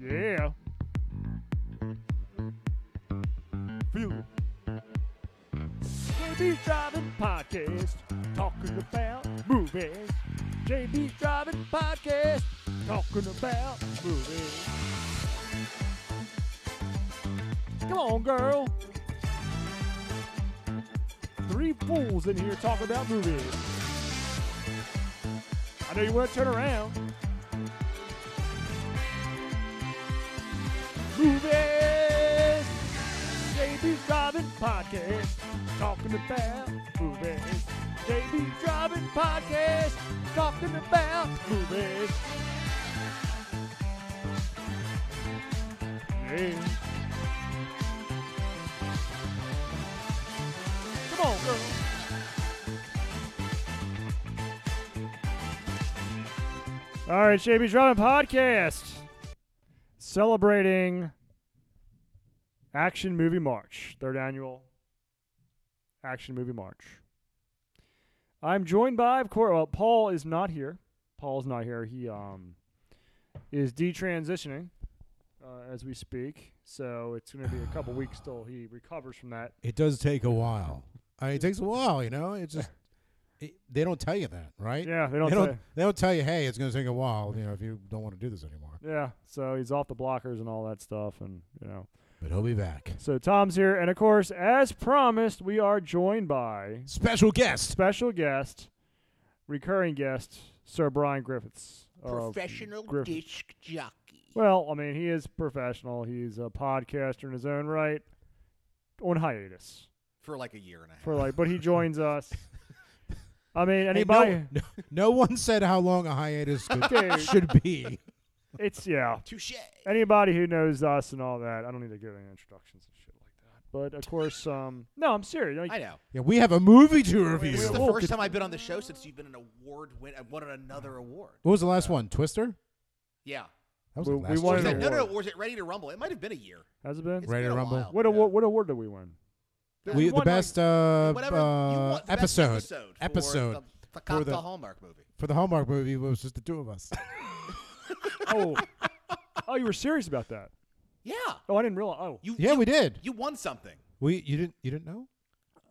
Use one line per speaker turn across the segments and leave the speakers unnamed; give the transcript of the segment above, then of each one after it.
Yeah. Fuel. JB's Driving Podcast, talking about movies. JB's Driving Podcast, talking about movies. Come on, girl. Three fools in here talking about movies. I know you want to turn around. Movies! JB Driving Podcast. Talking about movies. JB Driving Podcast. Talking about movies. Yeah. Come on, girl. All right, JB Driving Podcast celebrating Action Movie March, third annual Action Movie March. I'm joined by, of course, well, Paul is not here. Paul's not here. He um is detransitioning uh, as we speak, so it's going to be a couple weeks till he recovers from that.
It does take a while. I mean, it takes a while, you know. It just it, they don't tell you that, right?
Yeah, they
They
don't.
don't.
say-
They don't tell you, hey, it's going to take a while, you know, if you don't want to do this anymore.
yeah, so he's off the blockers and all that stuff, and you know.
But he'll be back.
So Tom's here, and of course, as promised, we are joined by
Special guest,
special guest, recurring guest, Sir Brian Griffiths. of
professional
Griff-
disc jockey.
Well, I mean, he is professional. He's a podcaster in his own right, on hiatus
for like a year and a half.
for like, but he joins us. I mean,
Hey, no-
anybody,
no, no one said how long a hiatus could,
dude,
should be.
it's yeah.
touche.
Anybody who knows us and all that, I don't need to give any introductions and shit like that. But of course, um, no, I'm serious. Like,
I know.
Yeah, we have a movie to review.
This is the
Well,
first
could-
time I've been on the show since you've been an award win. I won another award.
what was the last one? Twister.
Yeah.
That was
We-
the
we
last
won an
Was that,
Twister.
no, no,
award.
no. Was it Ready to Rumble? It might have been a year.
has it been?
It's
Ready
been
to
a
Rumble?
while.
What,
Yeah.
award, what award did we win?
We,
You
the
won, like,
best uh,
whatever- you
uh,
won the best
episode,
episode for
episode
the, the, Cocktail
the-
Hallmark movie.
for the Hallmark movie was just the two of us.
Oh, oh, you were serious about that.
Yeah.
Oh, I didn't realize. Oh,
You,
yeah,
you,
we did.
you won something.
We you didn't you didn't know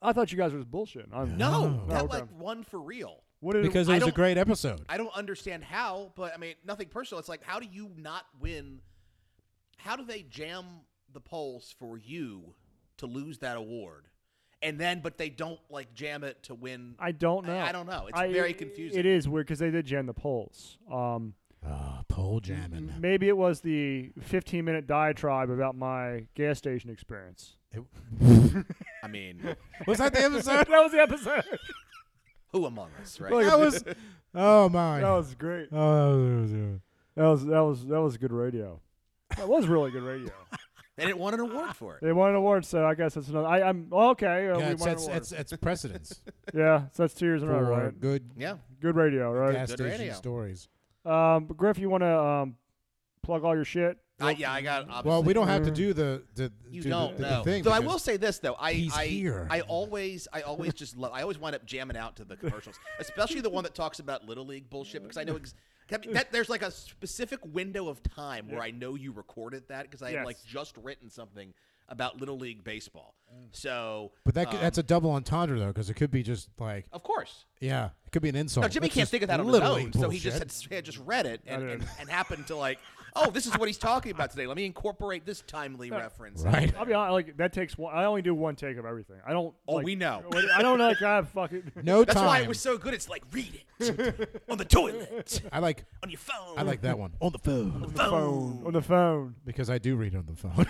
I thought you guys were just bullshitting. I'm,
No,
Oh.
that
Oh, okay.
like won for real.
what did
because
it,
it
I
was a
don't-
great episode.
I don't understand how, but I mean, nothing personal. It's like, how do you not win? How do they jam the polls for you to lose that award? And then, but they don't like jam it to win.
I don't know.
I- I don't know. It's
I-
very confusing.
It is weird because they did jam the polls. Um,
Ah, pole jamming.
maybe it was the 15 minute diatribe about my gas station experience.
I mean,
Was that the episode?
that was the episode.
who among us, right?
that was. Oh my.
that was great.
oh, that was- that
That was
was-
that was that was good radio. That was really good radio.
And it won an award for it.
They won an award, so I guess that's another. I, I'm okay. Uh,
yeah,
we
it's,
won an
it's,
award.
it's, it's precedence
yeah, so that's two years in a
for
row, right?
good
Yeah.
Good radio, right?
gas
Good
station
radio.
stories.
Um, but Griff, you want to um, plug all your shit?
I, yeah, I got. Obviously, mm.
Well, we don't have to do the the do
You
the-
don't
the, the
know.
thing.
Though I
because-
will say this though, I
he's
I,
here.
I always I always just love. I always wind up jamming out to the commercials, especially the one that talks about little league bullshit because I know. Ex- that, that- there's like a specific window of time where I know you recorded that because I had like
Yes.
just written something about little league baseball. So,
But that could,
um,
that's a double entendre though, because it could be just like
of course.
yeah, it could be an insult.
No,
Oh,
Jimmy
That's
can't
just
think of that on his
literally
own, so he just
bullshit.
had, s- had just read it and,
I
and,
did.
and happened to like, oh, this is what he's talking about today. Let me incorporate this timely reference. in
Right.
there."
I'll be honest, like that takes one. I only do one take of everything. I don't.
Oh,
like-
we know.
I don't like I fucking.
no
That's
time.
why it was so good. It's like read it on the toilet,
I like
on your phone.
I like that one on the phone
phone on the phone.
because I do read on the phone.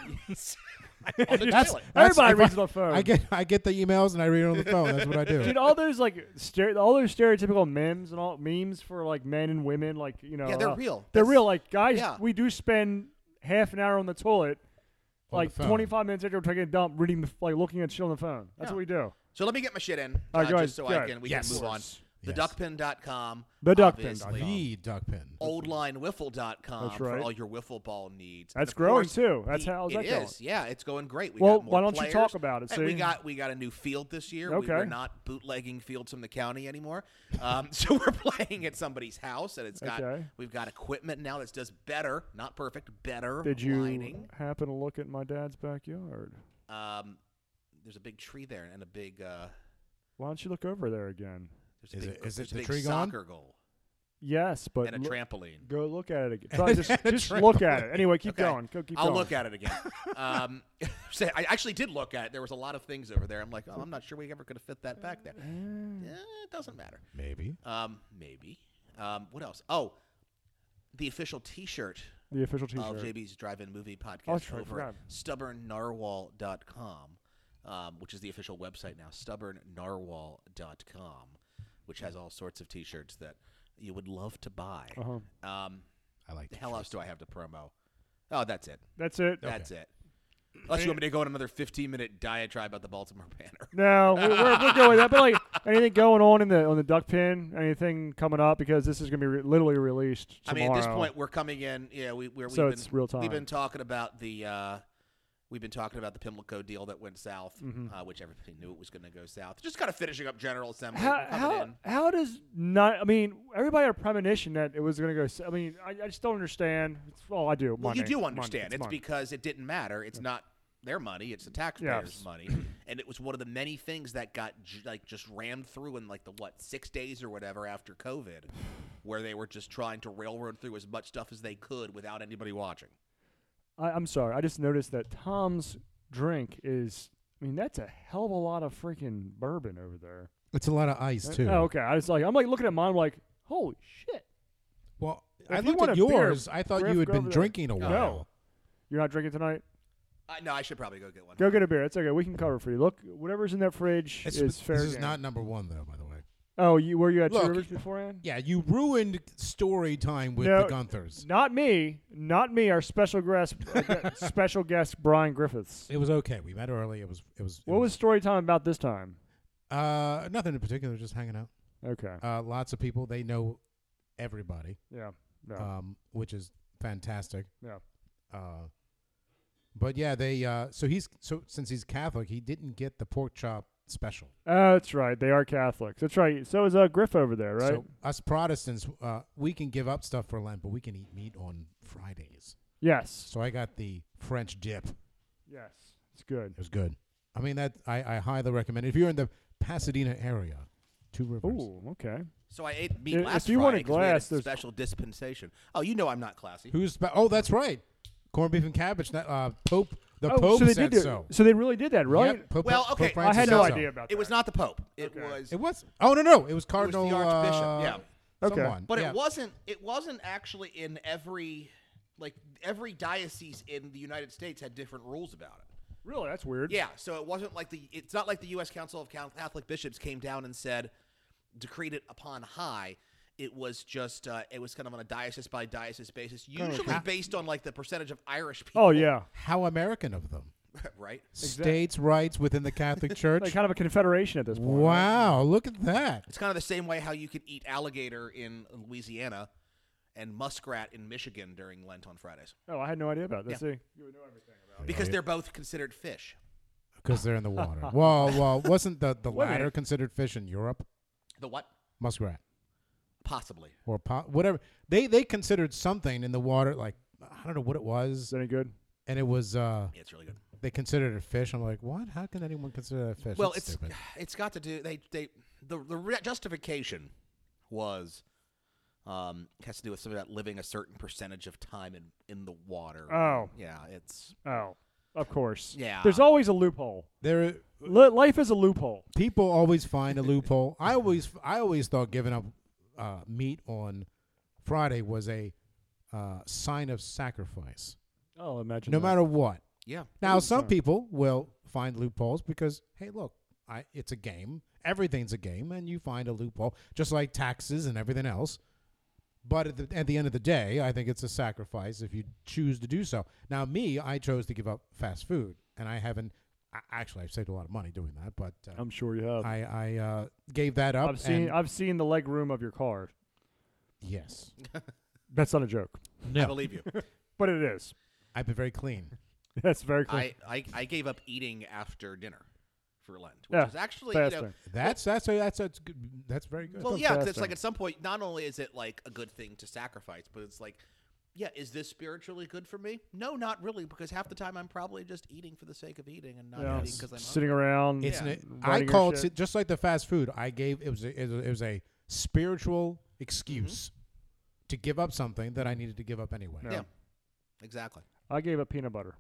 on the
that's,
toilet.
that's-
Everybody
if
reads
I-
on the phone.
I get I get the emails and I read it on the phone. That's what I do.
Dude, all those like stere- all those stereotypical memes and all memes for like men and women, like you know,
Yeah, they're
uh,
real.
They're
That's-
real. Like guys,
yeah.
we do spend half an hour on the toilet,
On
like
the phone.
25 minutes after we're taking a dump, reading, the, like looking at shit on the phone. That's
Yeah.
what we do.
So let me get my shit in,
All right,
uh,
go ahead,
just so
go
I
ahead.
can we
Yes.
can move on.
Yes.
theduckpin.com.
The
obviously.
duckpin.com.
The duckpin.
Oh.
oldlinewiffle.com
That's
for
right.
all your wiffle ball needs. And
That's
of
growing
course,
too. That's
the-
how how's
it
that going?
is. Yeah, it's going great. We
Well,
got more
why don't you talk
players.
about it,
Hey, we
see?
got we got a new field this year. We
Okay.
were not bootlegging fields from the county anymore, um, so we're playing at somebody's house, and it's got
Okay.
we've got equipment now that does better, not perfect, better
Did you
lining.
happen to look at my dad's backyard?
Um, there's a big tree there and a big uh,
Why don't you look over there again?
there's a
Is
big,
it- is
there's
it
a
the
big
tree gone?
soccer goal
Yes, but
and a
loo-
trampoline.
go look at it again. Try- just
And a
just look at it.
trampoline.
Anyway, keep
Okay.
going. Go keep
I'll
going.
look at it again. um, so I actually did look at it. There was a lot of things over there. I'm like, oh, I'm not sure we ever could have fit that back there.
Mm-hmm.
Mm.
Eh, it doesn't matter.
Maybe.
Um, maybe. Um, what else? Oh, the official T-shirt
the official
of
T-shirt. Oh,
JB's Drive-In Movie Podcast
that's right,
over at stubbornnarwhal.com, um, which is the official website now. Stubbornnarwhal.com, which has all sorts of T-shirts that you would love to buy.
Uh-huh.
Um,
I like
the
that.
hell else do I have to promo? Oh, that's it.
That's it.
That's it. Unless you want me to go on another 15 minute diatribe about the Baltimore Banner.
No, we're, we're, we're going with that. But like anything going on in the on the duck pin, anything coming up because this is gonna be re- literally released
I
tomorrow.
mean, at this point, we're coming in. Yeah, we we're, we've
So
been
it's real
we've
time.
been talking about the uh, we've been talking about the Pimlico deal that went south,
Mhm.
uh, which everybody knew it was going to go south. Just kind of finishing up General Assembly.
how
coming
how,
in.
how does not? I mean, everybody had a premonition that it was gonna go. s- I mean, I, I just don't understand. It's all I do.
Well, you
Money,
do
money,
understand.
it's
it's
money.
because it didn't matter. It's not their money. It's the taxpayers'
Yes.
money, and it was one of the many things that got j- like just rammed through in like the what six days or whatever after COVID, where they were just trying to railroad through as much stuff as they could without anybody watching.
I, I'm sorry. I just noticed that Tom's drink is. I mean, that's a hell of a lot of freaking bourbon over there.
It's a lot of ice too.
Oh, okay. I was like, I'm like looking at mine. I'm like, holy shit!
Well,
If
I
you
looked
want
at
a beer,
yours. I thought
Griff,
you had
go
been
over there.
drinking a
No.
while.
You're not drinking tonight.
Uh, no, I should probably go get one.
Go get a beer. It's okay. We can cover for you. Look, whatever's in that fridge
It's,
is
this
fair.
is
game.
not number one though, by the way.
Oh, you were you at
Look.
Two Rivers beforehand?
Yeah, you ruined story time with
No.
the Gunthers.
Not me. Not me. Our special guest, uh, special guest Brian Griffiths.
It was okay. We met early. It was. It was. it
What was story time about this time?
Uh, nothing in particular. Just hanging out.
Okay.
Uh, lots of people. They know everybody,
Yeah. No.
um, which is fantastic.
Yeah.
Uh, but yeah, they. Uh, so he's so since he's Catholic, he didn't get the pork chop special.
oh, that's right. They are Catholics. That's right. So is uh, Griff over there, right?
So us Protestants, uh, we can give up stuff for Lent, but we can eat meat on Fridays.
yes.
So I got the French dip. It
Yes. It's good.
was good. I mean that I, I highly recommend. It. If you're in the Pasadena area, Two Rivers.
Ooh. Okay.
So I ate meat
If-
last
if you want a
Friday 'cause we had
glass, there's-
special dispensation. Oh, you know I'm not classy.
Who's spe- oh that's right, corned beef and cabbage. That uh, Pope the
oh,
Pope
so they
said
did. do-
so.
So they really did that, right?
Yep, Pope-
Well,
Pope
okay. I
I
Francis
had
said
no
so.
idea about that.
It was not the Pope. It
Okay.
was.
It was. Oh no no, it was
was the
Cardinal
Archbishop,
uh,
yeah.
Okay.
someone.
But
Yeah.
it wasn't. It wasn't actually in every, like every diocese in the United States had different rules about it.
really. That's weird.
Yeah, so it wasn't like the. It's not like the U.S. Council of Cal- Catholic Bishops came down and said, decreed it upon high. It was just. Uh, it was kind of on a diocese by diocese basis, usually based on like the percentage of Irish people.
Oh yeah.
How American of them.
right.
States' rights within the Catholic Church.
Like kind of a confederation at this point.
wow, look at that.
It's kind of the same way how you can eat alligator in Louisiana, and muskrat in Michigan during Lent on Fridays
Oh, I had no idea about this. See.
because they're both considered fish.
because they're in the water. well, well, wasn't the the
Wait a minute.
latter considered fish in Europe?
The what?
Muskrat
Possibly.
or po- whatever they they considered something in the water, like I don't know what it
Is
was,
that any good?
and it was uh
Yeah, it's really good.
they considered it fish. I'm like, what? How can anyone consider that fish?
Well,
That's
it's
stupid.
it's got to do they they the the re- justification was um has to do with something about living a certain percentage of time in in the water.
Oh.
yeah, it's
Oh, of course.
Yeah.
There's always a loophole.
there.
Li- life is a loophole.
People always find a loophole. I always I always thought giving up uh, meat on Friday was a uh, sign of sacrifice,
Oh, imagine.
no matter what.
yeah.
Now, some people will find loopholes because, hey, look, I, it's a game. Everything's a game, and you find a loophole, just like taxes and everything else. But at the, at the end of the day, I think it's a sacrifice if you choose to do so. Now, me, I chose to give up fast food, and I haven't I, actually, I've saved a lot of money doing that, but uh,
I'm sure you have.
I I uh, gave that up.
I've seen
and-
I've seen the leg room of your car.
yes,
That's not a joke,
I
no,
believe you.
but it is.
I've been very clean.
That's very clear.
I, I I gave up eating after dinner for Lent, which
Yeah,
is actually you know
Fasting.
That's that's that's that's good. That's very good.
Well,
That's
yeah, 'cause it's
fascinating.
like at some point, not only is it like a good thing to sacrifice, but it's like, yeah, is this spiritually good for me? No, not really, because half the time I'm probably just eating for the sake of eating and not
Yeah.
eating because I'm
sitting around.
It's
Yeah.
an, I
writing your
call it
shit.
si- just like the fast food. I gave it was a, it was a- it was a spiritual
Mm-hmm.
excuse to give up something that I needed to give up anyway.
Yeah.
hungry. Yeah, exactly.
I gave up peanut butter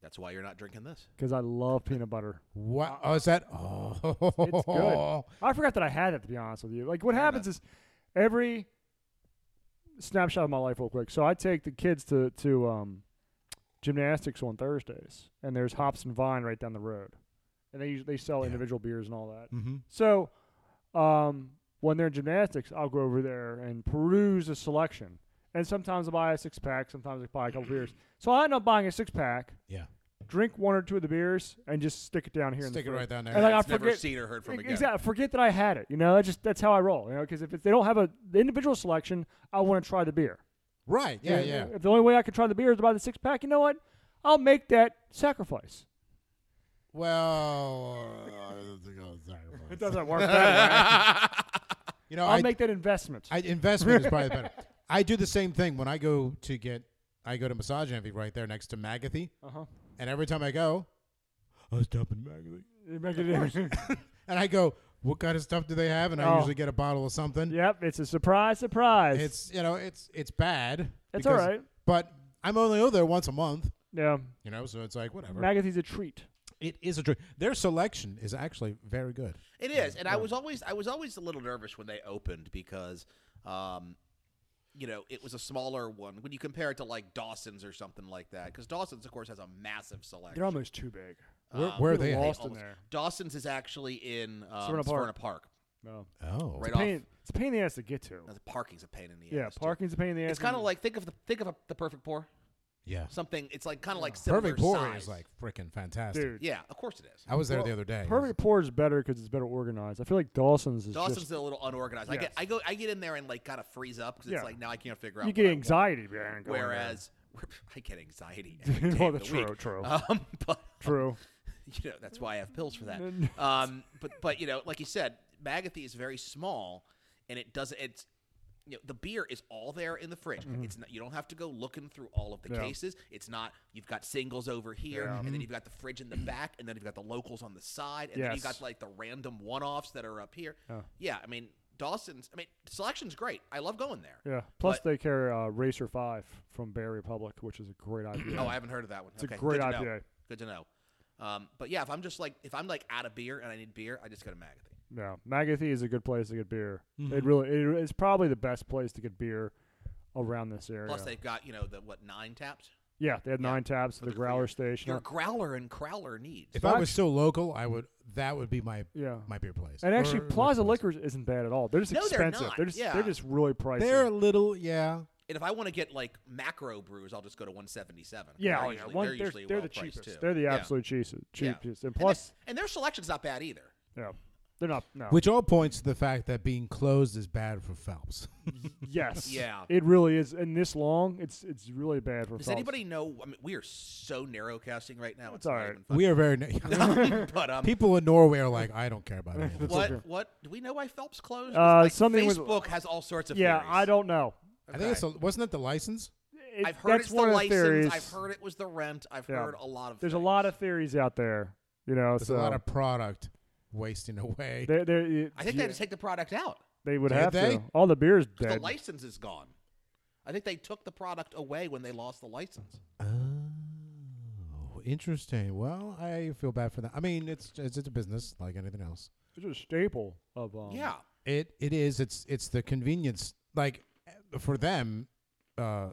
That's why you're not drinking this.
because I love peanut butter.
Wow, oh, is that? Oh,
It's good. I forgot that I had it to be honest with you. Like what
Fair
happens is every snapshot of my life real quick. So I take the kids to to um, gymnastics on Thursdays, and there's Hops and Vine right down the road, and they usu- they sell
Yeah.
individual beers and all that.
Mm-hmm.
So um, when they're in gymnastics, I'll go over there and peruse the selection. And sometimes I buy a six pack, sometimes I buy a couple beers. So I end up buying a six pack,
Yeah,
drink one or two of the beers, and just stick it down here. in the
stick it
fridge.
right down there.
And like, I
It's never
forget-
seen or heard from again.
E-, Exactly. Forget that I had it. You know, that's just that's how I roll. You know, because if it's, they don't have a the individual selection, I want to try the beer.
right? Yeah, yeah.
If the only way I could try the beer is to buy the six pack, you know what? I'll make that sacrifice.
Well, uh, I don't think I'll sacrifice.
It doesn't work that way.
you know,
I'll
I,
make that investment.
I investment is probably better. I do the same thing when I go to get. I go to Massage Envy right there next to Magathy,
uh huh.
and every time I go, I stop in Magathy.
Make it.
And I go, what kind of stuff do they have? And I
Oh.
usually get a bottle of something.
yep. It's a surprise. Surprise.
It's you know, it's it's bad.
It's
because-
all right.
But I'm only over there once a month,
Yeah.
you know, so it's like whatever.
Magathy's a treat.
it is a drink. Their selection is actually very good.
It is, and I was always I was always a little nervous when they opened because, um, you know, it was a smaller one when you compare it to like Dawson's or something like that. Because Dawson's, of course, has a massive selection.
They're almost too big.
Where- where are they at?
Lost in
Um, almost-
there.
Dawson's is actually in um,
Smyrna
Smyrna,
Park.
Park.
No.
Oh.
It's,
Right
a
off.
pain, it's a pain in the ass to get to.
Now, the parking's a pain in the
Yeah.
ass. too.
Parking's a pain in the ass.
It's kind of
and-
like think of the think of a, the perfect pour.
Yeah.
Something. It's like kind of like similar
Perfect Pour
size.
is like freaking fantastic.
dude.
Yeah, of course it is.
I was there
Well,
the other day.
Perfect Pour is better because it's better organized. I feel like Dawson's is
Dawson's
just
a little unorganized. I
Yes.
get I go I get in there and like kind of freeze up because
Yeah.
it's like now I can't figure out.
you
what
get
I want.
anxiety behind going there.
Whereas I get anxiety. Every day
Well,
of the
that's true,
week.
true.
Um, but
true.
you know that's why I have pills for that.
No, no.
Um, but but you know, like you said, Magathy is very small, and it doesn't. It's you know the beer is all there in the fridge. It's not, you don't have to go looking through all of the
Mm-hmm. Yeah.
cases. It's not you've got singles over here,
Yeah.
and then you've got the fridge in the back, and then you've got the locals on the side, and then you've
Yes.
got like the random one offs that are up here.
Yeah.
yeah, I mean Dawson's. I mean selection's great. I love going there.
Yeah. Plus
But-
they carry uh, Racer Five from Bear Republic, which is a great IPA.
Oh, I haven't heard of that one.
It's a
okay,
great
good to know.
IPA.
Good to know. Um, but yeah, if I'm just like if I'm like out of beer and I need beer, I just go to Magathy.
No, Magathy is a good place to get beer.
Mm-hmm.
It really, it, it's probably the best place to get beer around this area.
Plus, they've got you know the what nine taps.
yeah, they had
yeah,
nine taps at the
with the
Growler
Your
Station.
growler and crowler needs.
if I was still local, I would that would be my
Yeah,
my beer place.
and actually
Or-
Plaza
place.
Liquors isn't bad at all. They're just
No, they're
expensive.
not.
just
Yeah.
they're just really pricey.
They're a little yeah.
and if I want to get like macro brews, I'll just go to 177.
yeah,
they're
oh, yeah.
usually,
One,
they're,
they're,
usually
they're
well
the
priced,
cheapest.
Too.
They're the
Yeah.
absolute cheapest,
Yeah.
cheapest, and
And they-
plus,
and, their selection's not bad either.
yeah, they're not. No,
Which all points to the fact that being closed is bad for Phelps.
yes,
Yeah.
it really is. And this long, it's it's really bad for.
Does
Phelps.
anybody know? I mean, we are so narrow casting right now. It's,
all
not
right.
even
we are very
funny. but um,
people in Norway are like, I don't care about it.
what what do we know why Phelps closed?
Uh,
Like,
something with-
Facebook has all sorts of
Yeah,
theories.
I don't know.
I think it's a, wasn't it the license?
It-
I've heard
that's
it's
one
the
of the
license.
theories.
I've heard it was the rent. I've
Yeah.
heard a lot of.
There's a
things.
lot of theories out there. You know,
There's
so
a lot of product wasting away.
they they
I think they had to take the product out.
they would
Did
have
they?
to. All the beer's
'cause
dead.
The license is gone. I think they took the product away when they lost the license.
Oh, interesting. Well, I feel bad for that. I mean, it's it's, it's a business like anything else.
It's a staple of um,
yeah,
It it is. It's it's the convenience. Like eh, for them, uh,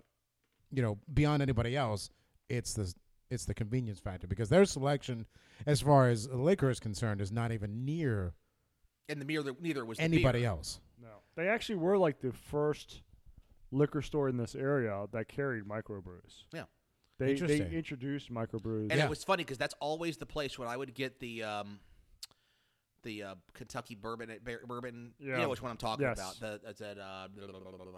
you know, beyond anybody else, it's the it's the convenience factor because their selection, as far as liquor is concerned, is not even near
and the neither neither was the
anybody
beer.
else.
No, they actually were like the first liquor store in this area that carried microbrews.
Yeah.
They they
Interesting.
introduced microbrews.
And
Yeah.
it was funny because that's always the place when I would get the um, the uh, Kentucky bourbon bur- bourbon. You
Yeah.
know which one I'm talking
Yes.
about. The it's at uh,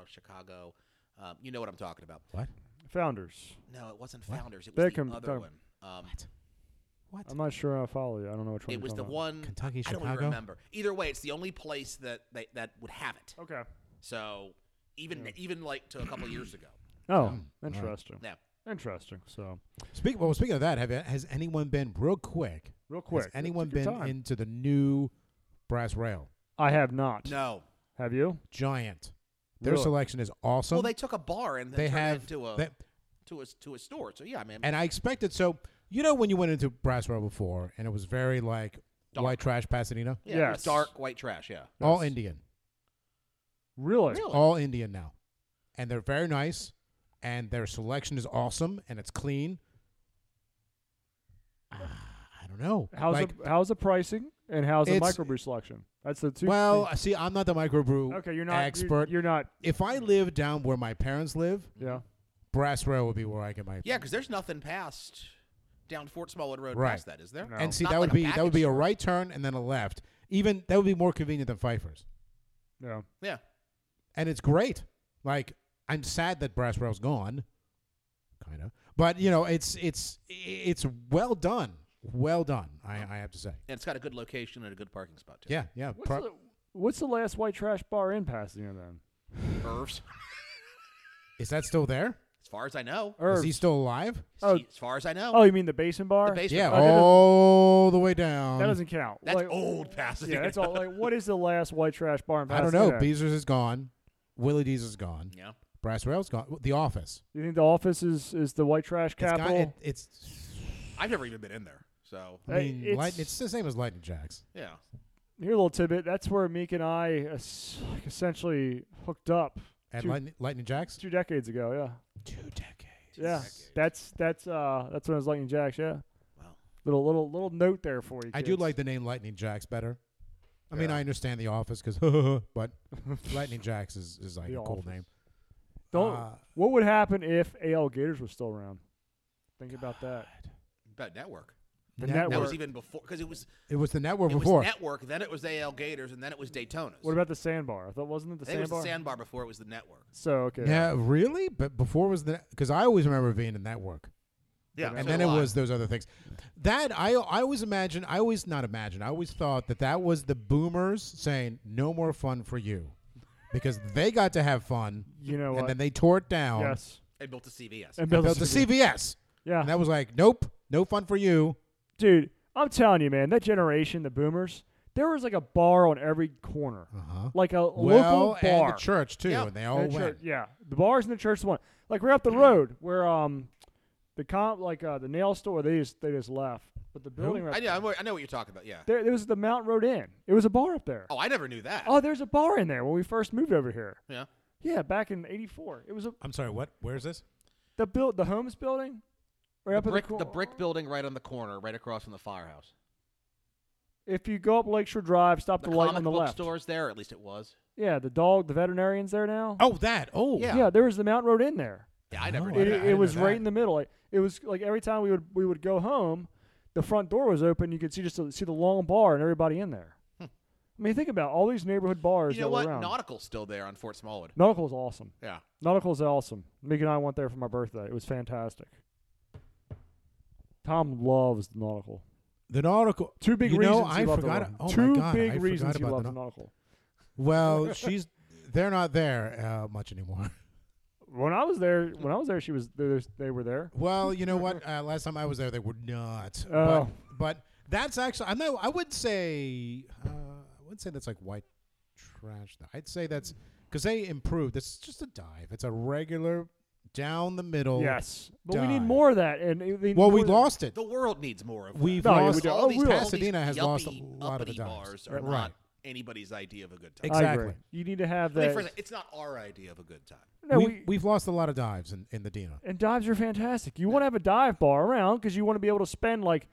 Chicago. Um, you know what I'm talking about.
What?
Founders.
No, it wasn't
What?
Founders. It was
Beckham-
the other
Tom-
one. Um,
What?
I'm not sure I follow you. I don't know which one.
it
you're
was the
talking
one.
Kentucky,
I don't even
Chicago?
remember. Either way, it's the only place that they, that would have it.
about. Okay.
So even even like to a couple years ago.
Oh, interesting.
Yeah.
Interesting. So,
Speak, well, speaking of that, have you, has anyone been real quick?
real quick.
has anyone
take your
been
time.
into the new brass rail?
I have not.
No.
Have you?
Giant. Their
Really?
selection is awesome.
well, they took a bar and then
they
turned
have
it into a
they-
to a to a store. So yeah, I mean,
and I expected so. You know when you went into brass rail before, and it was very like
Dark.
white trash Pasadena,
yeah, it was
Yes.
dark white trash. Yeah.
all
Yes.
Indian,
Really?
Really?
all Indian now, and they're very nice, and their selection is awesome, and it's clean. Ah, I don't know.
How's
like,
the how's the pricing and how's the
It's-
microbrew selection? That's the two.
well,
things-
see, I'm not the microbrew
okay, you're not
expert.
You're, you're not.
if I live down where my parents live,
Yeah.
Brass Rail would be where I get my
Yeah, because there's nothing past down Fort Smallwood Road
Right.
past that, is there?
No.
And see,
Not
that would
like a
be that would be a
package.
right turn and then a left. Even that would be more convenient than Pfeiffer's,
Yeah.
Yeah.
and it's great. Like I'm sad that Brass Rail's gone, kind of. But you know, it's it's it's well done, well done. I, I have to say,
And it's got a good location and a good parking spot too.
yeah, yeah.
What's,
Pro-
the, what's the last white trash bar in Pasadena then?
Irv's.
is that still there?
As far as I know.
Is
Or
he still alive?
Oh.
See, As far as I know.
oh, you mean the Basin Bar?
the basement.
Yeah,
that doesn't-
all the way down.
that doesn't count.
That's
like,
old Pasadena.
Yeah, that's all. Like, what is the last white trash bar in
I don't
Pasadena?
know. Beezer's is gone. Willie D's is gone.
Yeah.
Brass Rail's gone. The Office.
you think the office is is the white trash
It's got-
capital?
it- it's
I've never even been in there. So
I
Uh,
mean, it's,
it's-
it's the same as Lightning Jacks.
yeah.
Here, a little tidbit. That's where Meek and I es- like, essentially hooked up
At
Two-
Lightning, Lightning Jacks?
two decades ago. Yeah.
Two decades.
yeah.
decades.
That's that's uh that's when I was Lightning Jacks. Yeah.
Wow.
Little little little note there for you.
I do
kids.
like the name Lightning Jacks better. I mean,
Yeah.
I understand The Office because, but Lightning Jacks is, is like
The
a cool
Office.
name.
Don't.
Uh,
what would happen if AL Gators was still around? Think about that.
About network.
The
Network.
That
network.
was even before because it was
It was the network
it was
before.
network. Then it was AL Gators, and then it was Daytona's.
What about the Sandbar? I thought wasn't it the
I think it was
Sandbar?
the Sandbar before it was the network.
so okay.
yeah, really? But before was the because I always remember being the network,
Yeah.
and
so
then
do
it
I.
was those other things. That I I always imagined. I always not imagined. I always thought that that was the boomers saying no more fun for you, because they got to have fun,
You know
and
what?
then they tore it down.
yes.
They built a CVS.
And
and
Bill
built a CVS.
Yeah.
And that was like, nope, no fun for you.
Dude, I'm telling you, man, that generation, the Boomers, there was like a bar on every corner,
Uh-huh.
like a
well,
local bar.
and the church too,
Yeah.
and they all
And the
went.
church- yeah, the bars and the church one. Like we're up the road where um the comp like uh, the nail store they just they just left, but the building
I
right
know. I'm aware- I know what you're talking about. Yeah.
there, there was the Mount Road Inn. It was a bar up there.
Oh, I never knew that.
Oh, there's a bar in there when we first moved over here.
Yeah.
Yeah, back in '84, it was a
I'm sorry, what? Where's this?
the build the Homes building. Right
The
up in
brick,
the, cor-
the brick building right on the corner, right across from the firehouse.
If you go up Lakeshore Drive, stop the, light
comic
on the
book
left.
stores there, at least it was.
Yeah, the dog, the veterinarian's there now.
Oh, that. Oh,
Yeah.
yeah, there was the Mount Road Inn there.
Yeah, I never
Oh,
it,
knew
I
that.
it
didn't
was
know
right
that.
in the middle. Like, it was like every time we would we would go home, the front door was open. You could see just see the long bar and everybody in there. I mean, think about all these neighborhood bars
Hmm. you know
that
what?
were around.
Nautical's still there on Fort Smallwood.
Nautical's awesome.
Yeah.
Nautical's awesome. Meek and I went there for my birthday. It was fantastic. Tom loves the Nautical.
The nautical.
Two big
you
reasons
know, I
he loved
forgot.
the
Oh
Nautical.
my
Two
God,
big
I forgot
reasons he
about the
loved
nau-
the Nautical.
Well, she's. They're not there uh, much anymore.
When I was there, when I was there, she was they were- they were there.
Well, you know what? Uh, last time I was there, they were not.
Oh.
But, but that's actually. I'm not. I would say. Uh, I would say that's like white trash. though. I'd say that's because they improved. It's just a dive. It's a regular down the middle.
Yes, but we need
died.
more of that. And it- they need
Well,
more
we
of that.
lost it.
The world needs more of
We've
No, yeah, we
lost.
do.
that.
Oh,
All these,
we
all
will.
these
Pasadena has lost a
yuppie,
lot of the
uppity
dimes.
bars are
Right.
not anybody's idea of a good time.
Ex-
I agree.
Exactly.
You need to have that.
I mean, for a second, it's not our idea of a good time.
no,
we,
we-
we've lost a lot of dives in, in the Dina.
and dives are fantastic. You want to have a dive bar around because you want to be able to spend like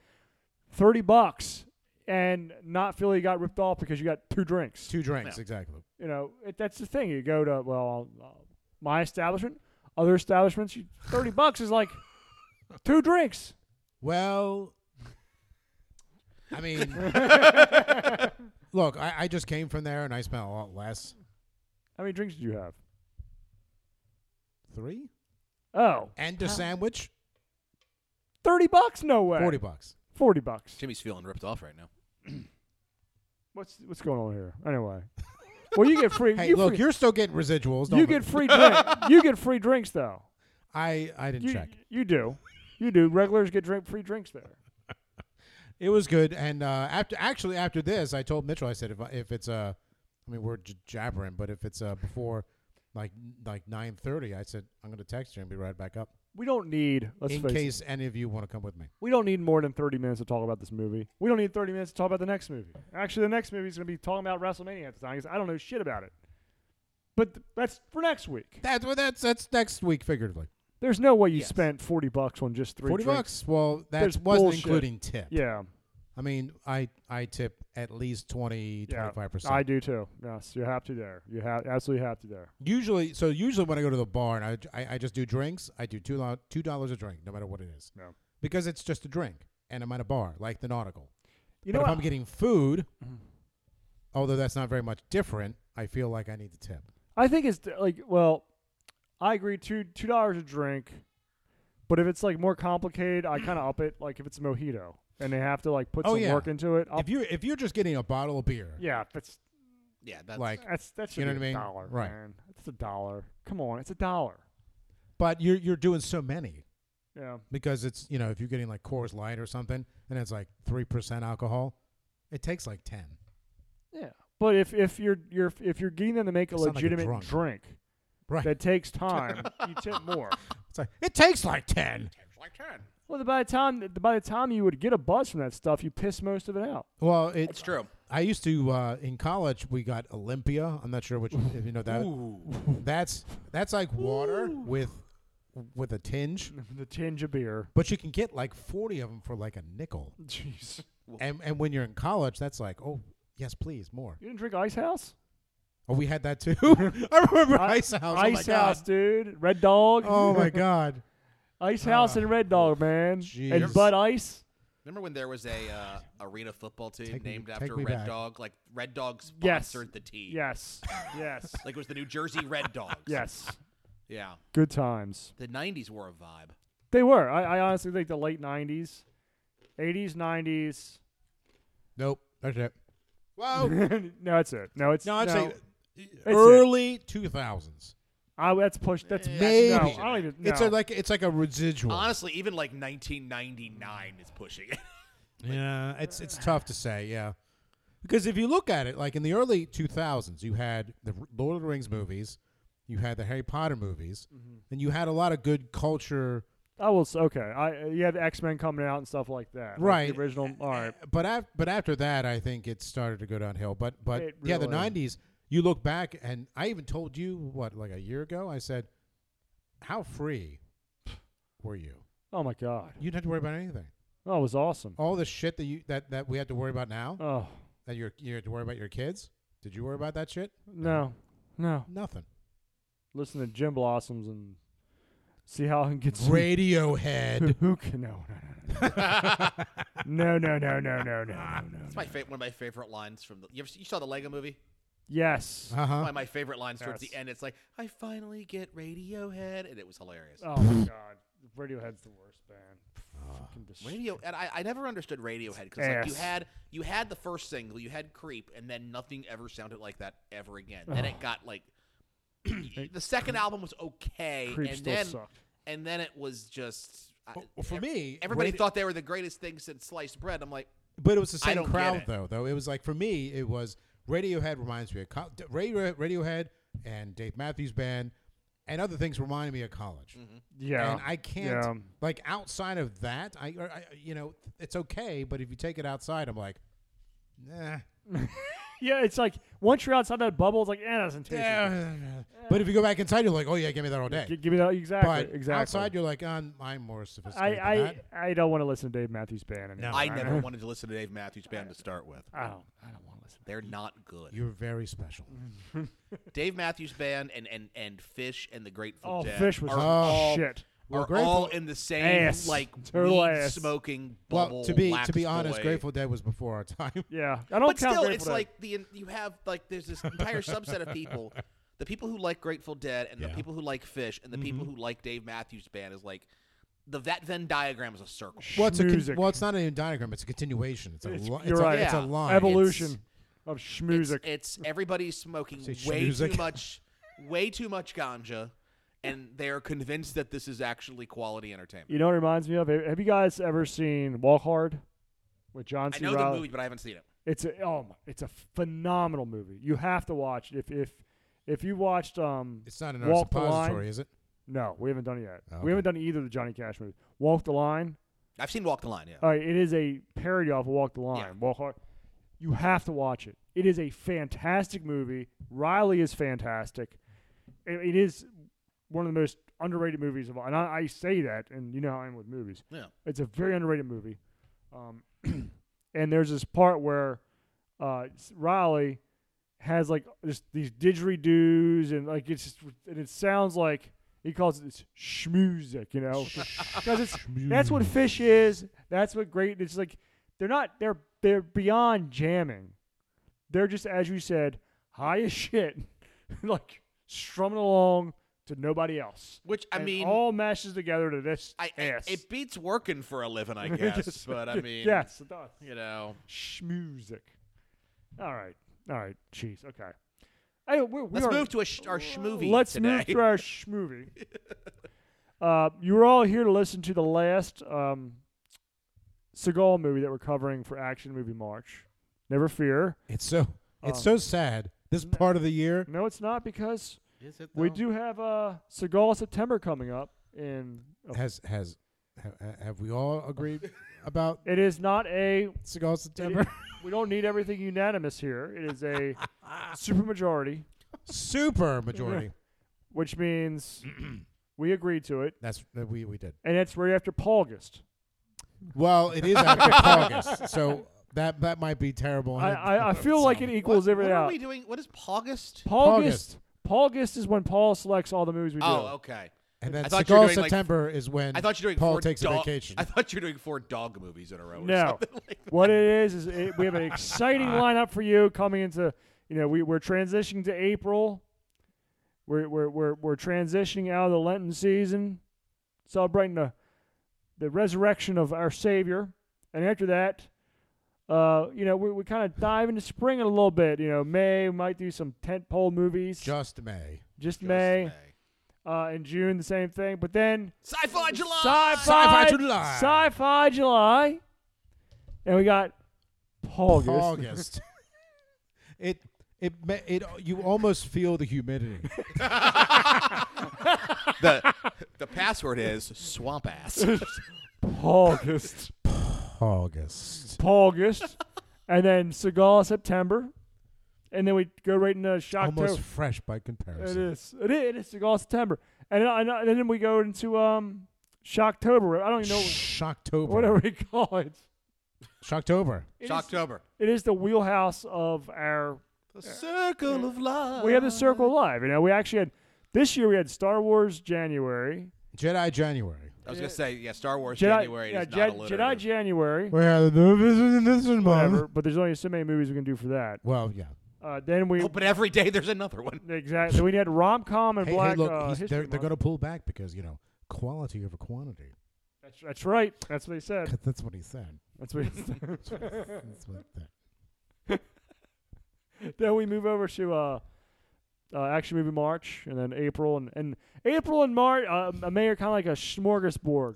thirty bucks and not feel you got ripped off because you got two drinks.
Two drinks,
Yeah.
exactly.
You know, it, that's the thing. You go to well, uh, my establishment, other establishments, you, thirty bucks is like Two drinks.
Well, I mean, look, I, I just came from there and I spent a lot less.
How many drinks did you have?
Three?
Oh,
And a sandwich?
30 bucks? No way.
40 bucks.
40 bucks.
Jimmy's feeling ripped off right now.
What's what's going on here? Anyway. Well, you get free.
Hey,
you
look,
free,
you're still getting residuals. Don't
you
let-
get free drink. you get free drinks though.
I, I didn't
You,
check.
you do. You do. Regulars get drink free drinks there.
It was good. And uh, after actually after this, I told Mitchell. I said if I- if it's uh, I mean we're j- jabbering, but if it's uh before like like nine thirty, I said I'm gonna text you and be right back up
We don't need. Let's
in
face it.
case any of you want to come with me.
We don't need more than 30 minutes to talk about this movie. We don't need 30 minutes to talk about the next movie. Actually, the next movie is going to be talking about WrestleMania at the time because I don't know shit about it. But th- that's for next week.
That's what that's that's next week figuratively.
There's no way you
Yes.
spent 40 bucks on just three
Forty
drinks.
bucks. Well,
There's
that wasn't
bullshit.
including tip.
Yeah.
I mean, I I tip at least 20,
Yeah.
25 percent.
I do too. Yes, you have to there. You have absolutely have to there.
Usually, so usually when I go to the bar and I, I, I just do drinks, I do two lo- two dollars a drink, no matter what it is.
No.
because it's just a drink, and I'm at a bar like the Nautical.
You
but
know
if
what? Mm-hmm.
I'm getting food, although that's not very much different, I feel like I need to tip.
I think it's th- like well, I agree two two dollars a drink, but if it's like more complicated, I kind of up it. Like if it's a mojito and they have to like put
Oh,
some
yeah.
work into it. I'll,
If you if you're just getting a bottle of beer,
yeah, that's
Yeah, that's
like,
that's that's
You know what I mean?
dollar,
Right.
man. It's a dollar. Come on, it's a dollar.
but you're you're doing so many
Yeah,
because it's you know if you're getting like Coors Light or something and it's like three percent alcohol, it takes like ten.
yeah. But if if you're you're if you're getting them to make a
Sound like a
legitimate
drunk.
drink
Right,
that takes time, you tip more.
it's like it takes like ten.
like ten.
Well, by the time by the time you would get a buzz from that stuff, you piss most of it out.
Well, it,
It's true.
I used to uh, in college. We got Olympia. I'm not sure which if you know that. That's that's like water with with a tinge,
the tinge of beer.
but you can get like 40 of them for like a nickel.
Jeez,
And and when you're in college, that's like oh. Yes, please, more.
you didn't drink Ice House?
Oh, we had that too. I remember
I-
Ice House. Oh my
Ice House, dude. Red Dog.
God. Oh my God.
Ice House
Ah.
and Red Dog, man. And
Jeez.
Bud Ice.
Remember when there was a uh, arena football team
Take me-
named
take
after
me
Red
back.
Dog? Like Red Dog
Yes.
sponsored the team.
Yes. Yes.
Like it was the New Jersey Red Dogs.
yes.
Yeah.
Good times.
The '90s were a vibe.
They were. I, I honestly think the late '90s, '80s, '90s.
Nope. That's it. Whoa.
no, that's it. No, it's
no, I'd say e,
it.
early 2000s.
I, that's push. That's
Maybe.
That's, no, I don't even. No.
It's a, like it's like a residual.
Honestly, even like 1999 is pushing it.
Yeah, it's
uh,
it's tough to say. Yeah, because if you look at it, like in the early two thousands, you had the R- Lord of the Rings movies, you had the Harry Potter movies,
Mm-hmm.
and you had a lot of good culture.
I will. s- Okay. I you have X Men coming out and stuff like that. like
Right.
the original. All right.
But af- but after that, I think it started to go downhill. But but
It
yeah, the
really-
nineties. You look back, and I even told you what like a year ago. I said, "How free were you?
Oh my God.
You didn't have to worry about anything.
That was awesome.
All the shit that you that that we had to worry about now
Oh
that you you had to worry about your kids. Did you worry about that shit?
no, no.
Nothing."
Listen to Jim Blossoms and see how I can get some.
Radiohead.
Who can? No, no, no, no, no, no, no, no, no, no, no.
It's my fa- one of my favorite lines from the. You, ever, see- you saw the Lego movie?
Yes.
uh
One
huh.
of my favorite lines towards the
Yes.
end. It's like I finally get Radiohead, and it was hilarious.
Uh-huh.
Oh my God. Radiohead's the worst band.
Uh,
Fucking destroy-
Radio, and I, I never understood Radiohead because like you
Ass.
had you had the first single, you had Creep, and then nothing ever sounded like that ever again. Then it got like the second album was okay,
Creep
and
still
then
sucked.
and then it was just I-
Well, for
ev-
me,
Everybody
radi-
thought they were the greatest thing since sliced bread. I'm like,
But it was the
I
same
don't get
crowd
it.
though. Though it was like for me, it was Radiohead reminds me of co- D- Radio- Radiohead and Dave Matthews Band, and other things reminded me of college.
Mm-hmm.
Yeah.
And I can't
Yeah.
like outside of that. I, or I you know it's okay, but if you take it outside, I'm like, nah.
Yeah, it's like once you're outside that bubble, it's like, eh, that doesn't taste. as good."
But if you go back inside, you're like, oh yeah, give me that all day.
Gi- Give me that exactly.
but
exactly.
outside, you're like, oh, I'm more
I,
sophisticated. than
I,
that.
I don't want to listen to Dave Matthews Band anymore.
I never wanted to listen to Dave Matthews Band to start with.
I don't. I don't want to listen.
They're not good.
You're very
Mm-hmm.
special.
Dave Matthews Band and and and Fish and the Grateful
Oh,
Dead.
Fish was
are
all-
shit.
Well,
are
Grateful-
all in the same
Ass.
like
Total
weed
ass.
smoking bubble.
Well, to be to
lax
be honest,
boy.
Grateful Dead was before our time.
Yeah, I don't
but
count
still,
Grateful
it's
Dead.
like the you have like there's this entire subset of people, the people who like Grateful Dead and the
Yeah. Mm-hmm.
people who like Fish and the people who like Dave Matthews Band is like the that Venn diagram is a circle.
Well, it's a con-
Schmoozic.
well, it's not a diagram. It's a continuation. It's a
It's-
li-
you're
it's a,
right.
it's a
Yeah.
line.
evolution of
It's,
schmoozic.
it's everybody's smoking
Say
way too
schmoozic.
much, way too much ganja, and they're convinced that this is actually quality entertainment.
you know what it reminds me of? Have you guys ever seen Walk Hard with John
I
C.
know the
Reilly?
movie, but I haven't seen it.
It's a oh my, it's a phenomenal movie. You have to watch it. If if if you watched um
It's not an art
Walk the Line,
suppository, is it?
no, we haven't done it yet.
Okay.
We haven't done either of the Johnny Cash movies. Walk the Line.
I've seen Walk the Line.
Oh.
Yeah.
All right, it is a parody of Walk the Line. Walk Hard. You have to watch it. It is a fantastic movie. Riley is fantastic. It- it is one of the most underrated movies of all. And I, I say that, and you know how I am with movies.
yeah.
It's a very underrated movie. Um, and there's this part where uh, s- Riley has like just these didgeridoos and like it's just and it sounds like he calls it this schmoozic, you know, because it's that's what fish is. That's what great. It's like they're not they're they're beyond jamming. They're just as you said, high as shit, like strumming along to nobody else.
Which I
And
mean,
all mashes together to this
I, I-
ass.
it beats working for a living, I guess. but I mean,
yes, it does.
you know,
Schmoozic. All right, all right. Jeez, okay. Hey, we, we
let's
are,
move to a sh- our schmovie.
Let's
today.
move to our schmovie. uh, you were all here to listen to the last um, Seagal movie that we're covering for Action Movie March. Never fear.
Hmm. It's so it's
Um,
so sad. This part of the year,
No, it's not because
Is it
we do have uh, Seagal September coming up, and
has has ha- have we all agreed about
it is not a.
Seagal September?
We don't need everything unanimous here. It is a supermajority,
Super majority.
which means we agreed to it.
That's that we we did.
and it's right after August.
Well, it is after August, so that that might be terrible.
I, I, I feel like it
What,
equals
what
everything
are
out.
we doing? What is Pogust?
August. August is when Paul selects all the movies we do.
Oh, okay.
and then
I thought you were
Seagal
doing, like,
September is when
I thought you were doing
Paul
four
takes
dog-
a vacation.
I thought you were doing four dog movies in a row. Or
No,
something.
what it is is it, we have an exciting lineup for you coming into. You know, we we're transitioning to April. We're we're we're, we're transitioning out of the Lenten season, celebrating the the resurrection of our Savior, and after that. Uh, you know, we, we kind of dive into spring a little bit. You know, May we might do some tent pole movies. Just,
Just May.
May. uh, in June, the same thing. But then
Sci-fi July.
Sci-Fi,
Sci-Fi July.
Sci-Fi July, and we got August.
August. it it ma- it you almost feel the humidity.
the the password is swamp ass.
August,
August.
August, and then Seagal September, and then we go right into
Almost
Shocktober.
fresh by
It
comparison.
is, it is, it is Seagal September, and, then- and then we go into um Shocktober. I don't even know
Shocktober.
whatever we call it.
Shocktober.
It is,
Shocktober.
it is the wheelhouse of our
The circle of life.
we have the circle live. You know, we actually had this year we had Star Wars January,
Jedi January.
I was gonna say yeah. Star Wars
Jedi,
January
yeah,
is
Jed-
not
Jedi
alliterative.
January,
We had this
whatever. But there's only so many movies we can do for that.
Well, yeah.
Uh, then we
Oh, but every day there's another one.
exactly we had rom com and
Hey,
black
hey, look,
uh,
he's-
history.
they're, they're going
Month.
to pull back because you know quality over quantity.
that's, that's right. That's what he said.
'Cause That's what he said.
That's what. He
That's what he-
said.
that's what he said.
then we move over to uh, uh, action movie March, and then April, and, and April and March. Uh, uh, May are kind of like a smorgasbord.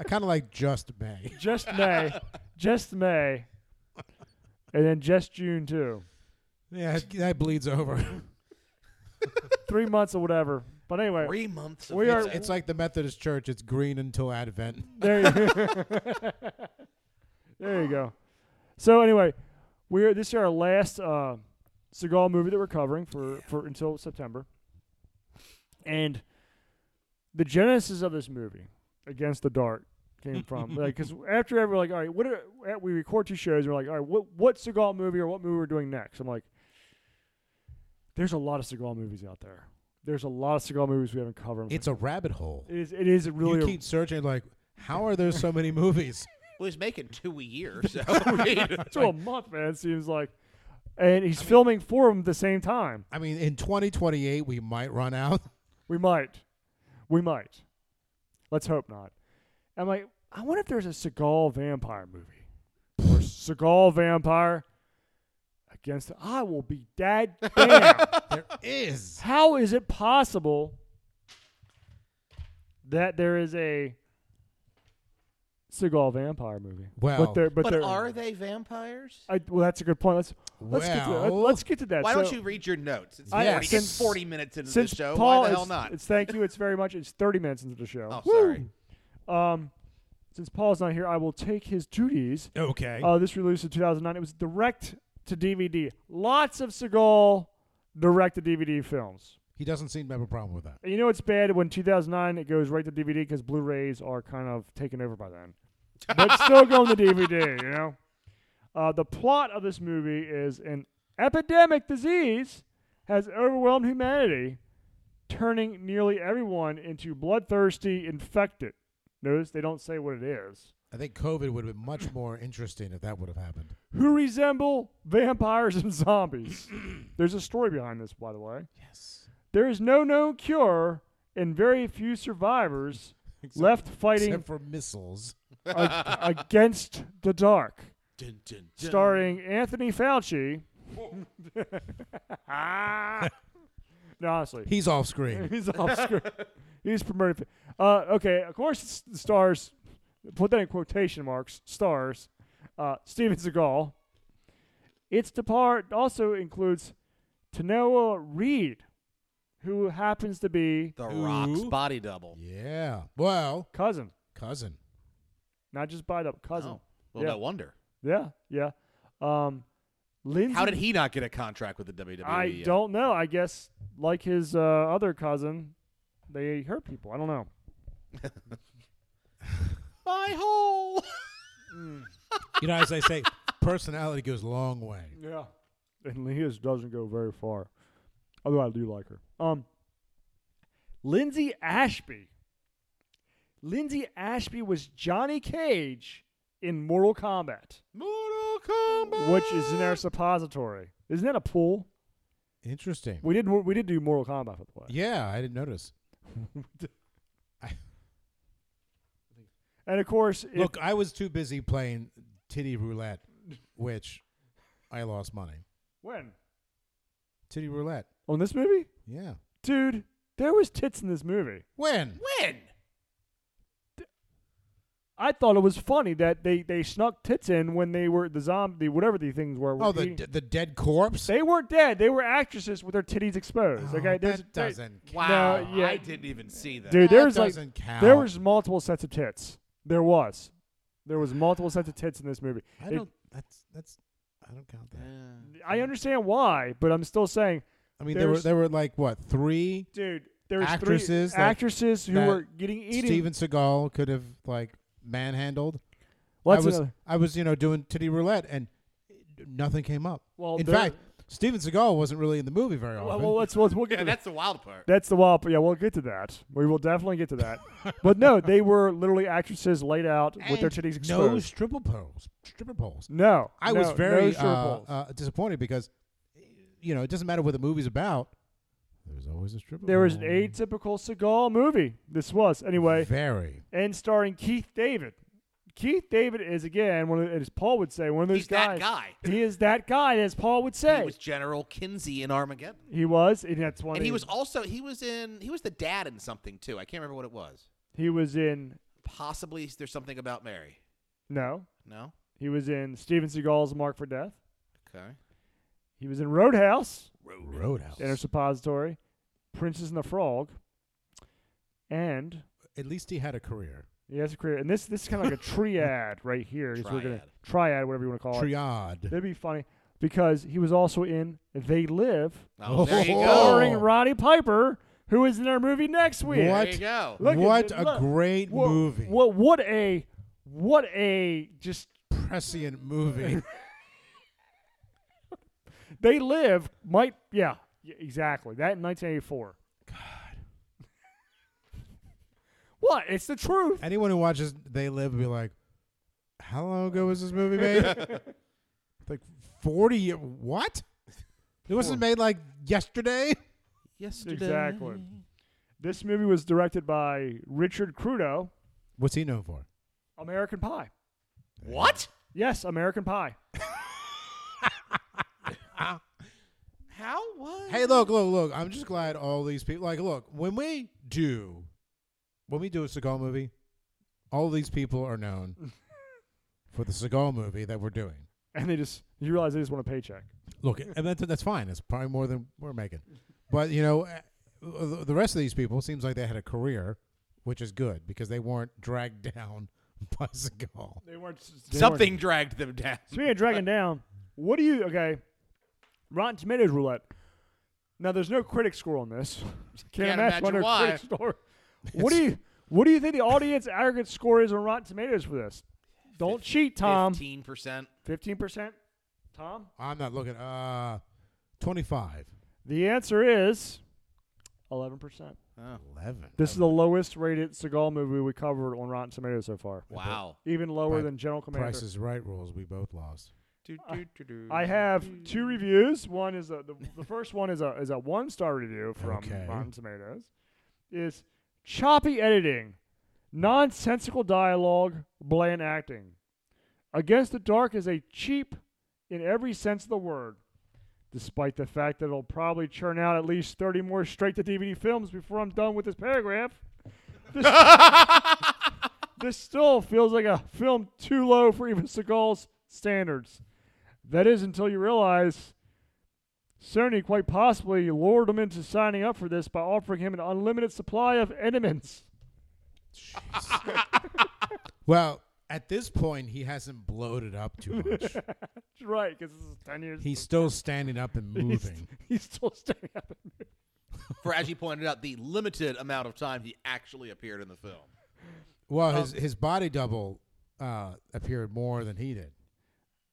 I kind of like just May.
just May, just May, and then just June too.
Yeah, that bleeds over.
Three months or whatever. But anyway,
Three months. Of
We are-
music.
It's like the Methodist Church. It's green until Advent.
There you, there you go. So anyway, we're this is our last uh, Seagal movie that we're covering for, for until September, and the genesis of this movie, Against the Dark, came from like because after every like all right, what are, we record two shows, we're like all right, what what Seagal movie or what movie we're doing next? I'm like, there's a lot of Seagal movies out there. There's a lot of Seagal movies we haven't covered.
It's a rabbit hole.
it is it is really
you
a-
keep searching like, how are there so many movies?
Well, he's making two a year, so I mean,
to a month, man. It seems like, and he's filming four of them at the same time.
I mean, in 2028 we might run out.
We might, we might. Let's hope not. I'm like, I wonder if there's a Seagal vampire movie or Seagal vampire against. I will be dad damn.
there is.
How is it possible that there is a Seagal vampire movie?
Well,
but there, but,
but
there,
are they vampires?
I, well, that's a good point. Let's let's get to that.
Well-
Let's get to that.
Why
So-
don't you read your notes? It's,
I-
40,
since-
it's 40 minutes into the
since
show.
Paul,
Why the hell
it's-
not?
It's thank you. It's very much. It's thirty minutes into the
Oh,
show.
sorry.
Um, since Paul's not here, I will take his duties.
okay.
Uh, this released in 2009. It was direct to DVD. Lots of Seagal direct to DVD films.
he doesn't seem to have a problem with that.
And you know it's bad when 2009 it goes right to DVD because Blu-rays are kind of taken over by then, but it's still going to DVD. You know, uh, the plot of this movie is an epidemic disease has overwhelmed humanity, turning nearly everyone into bloodthirsty infected. Notice they don't say what it is.
I think COVID would have been much more interesting if that would have happened.
Who resemble vampires and zombies. There's a story behind this, by the way.
Yes.
There is no known cure and very few survivors left fighting
Except for missiles.
ag- against the dark.
Dun, dun, dun.
Starring Anthony Fauci. no, honestly.
He's off screen.
He's off screen. He's promoting. Uh, okay, of course, it's the stars. Put that in quotation marks. Stars. Uh, Steven Seagal. Its depart also includes Tanoa Reed, who happens to be
The Rock's
Ooh.
body double.
yeah. Well,
cousin,
cousin.
not just by up cousin.
Oh, well,
Yeah.
no wonder.
Yeah, yeah. Um, Lindsay.
How did he not get a contract with the WWE?
I
yet?
don't know. I guess like his uh, other cousin, they hurt people. I don't know.
My hole.
You know, as I say, personality goes a long way.
Yeah. And Leah's doesn't go very far. Although I do like her. Um Lindsay Ashby. Lindsay Ashby was Johnny Cage in Mortal Kombat,
Mortal Kombat.
which is in our suppository. Isn't that a pool?
Interesting.
We did we did do Mortal Kombat by the way.
Yeah, I didn't notice.
And of course, if-
Look, I was too busy playing titty roulette, which I lost money.
when
Titty roulette.
on this movie,
Yeah.
dude, there was tits in this movie.
When?
When?
I thought it was funny that they they snuck tits in when they were the zombie whatever the things were. were
Oh, the
eating-
the dead corpse.
They weren't dead. They were actresses with their titties exposed.
Oh,
okay, there's
that doesn't. count.
Wow.
yeah.
I didn't even see that.
dude.
That
There's like
doesn't count.
there was multiple sets of tits. There was, there was multiple sets of tits in this movie.
I
It-
don't. That's that's. I don't count that.
I understand why, but I'm still saying,
I mean, there were
There's-
there were like what three
dude, there's
Actresses
three
that-
actresses who
that
were getting eaten.
Steven Seagal could have like manhandled.
What's
I was
another-
I was you know doing titty roulette and nothing came up.
Well,
in
there-
fact, Steven Seagal wasn't really in the movie very
well,
often.
well, let's, let's we'll get
Yeah,
to that.
that's the wild part.
That's the wild. Yeah, we'll get to that. We will definitely get to that. but no, they were literally actresses laid out with their
And
titties exposed.
No stripper poles. Stripper poles.
No,
I
no,
was
no
very
stripper
uh,
poles.
uh, disappointed because, you know, it doesn't matter what the movie's about. There's always a stripper.
There was an
pole.
atypical Seagal movie. This was anyway.
Very.
and starring Keith David. Keith David is again one of as Paul would say one of those
He's
guys.
that guy.
He is that guy, as Paul would say.
He was General Kinsey in Armageddon.
He was, and that's one.
And
of
he
the-
was also he was in he was the dad in something too. I can't remember what it was.
He was in.
Possibly there's something about Mary.
No,
No?
he was in Steven Seagal's Mark for Death.
Okay.
He was in Roadhouse,
Roadhouse.
Inner Suppository, Princess and the Frog, and
At least he had a career.
he has a career. And this this is kind of like a triad right here. is We're gonna
Triad.
triad, whatever you want to call it.
Triad.
That'd be funny because he was also in They Live,
Oh, there you
Oh.
go.
starring Roddy Piper, who is in our movie next week.
What?
There you go.
Look at
what
it,
a
look.
great
Wha-
movie.
What what a what a just
Prescient movie.
they live might yeah, y- exactly that in 1984.
God,
What? It's the truth.
Anyone who watches They Live will be like, how long ago was this movie made? like 40 year What? It wasn't made like yesterday?
Yesterday.
Exactly. This movie was directed by Richard Crudo,
What's he known for?
American Pie.
What?
Yes, American Pie.
How? What?
Hey, look, look, look. I'm just glad all these people, like, look, when we do, when we do a Seagal movie, all these people are known for the Seagal movie that we're doing.
And they just, you realize they just want a paycheck.
Look, and that's, that's fine. It's probably more than we're making. But, you know, uh, the the rest of these people seems like they had a career, which is good because they weren't dragged down by Seagal.
They weren't. s- they
Something
weren't-
dragged them down.
Speaking of dragging down, what do you, okay, Rotten Tomatoes roulette. Now, there's no critic score on this. Can't,
imagine
what their
why.
critic score- What do you, what do you think the audience aggregate score is on Rotten Tomatoes for this? Don't cheat, Tom.
Fifteen percent.
15%. Tom?
I'm not looking. Uh, 25.
The answer is 11%.
11.
This is the lowest rated Seagal movie we covered on Rotten Tomatoes so far.
Wow.
Even lower
Pri-
than General Commander.
Price is Right rules we both lost.
I have two reviews. One is a, the, the first one is a is a one star review from
Okay.
Rotten Tomatoes. Is choppy editing, nonsensical dialogue, bland acting. Against the Dark is a cheap in every sense of the word, despite the fact that it'll probably churn out at least thirty more straight to DVD films before I'm done with this paragraph. This, this still feels like a film too low for even Seagal's standards. That is until you realize Cerny quite possibly lured him into signing up for this by offering him an unlimited supply of enemies.
Well, at this point, he hasn't bloated up too much.
That's right, because this is 10 years.
He's still standing up and
he's,
moving.
he's still standing up.
For as you pointed out, the limited amount of time he actually appeared in the film.
Well, his his body double uh, appeared more than he did.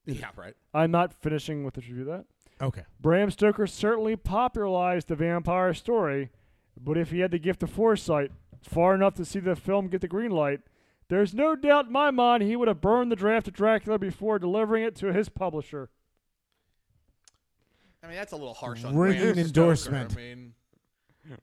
Yeah, right.
I'm not finishing with this review of that.
Okay.
Bram Stoker certainly popularized the vampire story, but if he had the gift of foresight, far enough to see the film get the green light, there's no doubt in my mind he would have burned the draft of Dracula before delivering it to his publisher.
I mean, that's a little harsh on
Ringing
Bram Stoker.
endorsement.
I mean,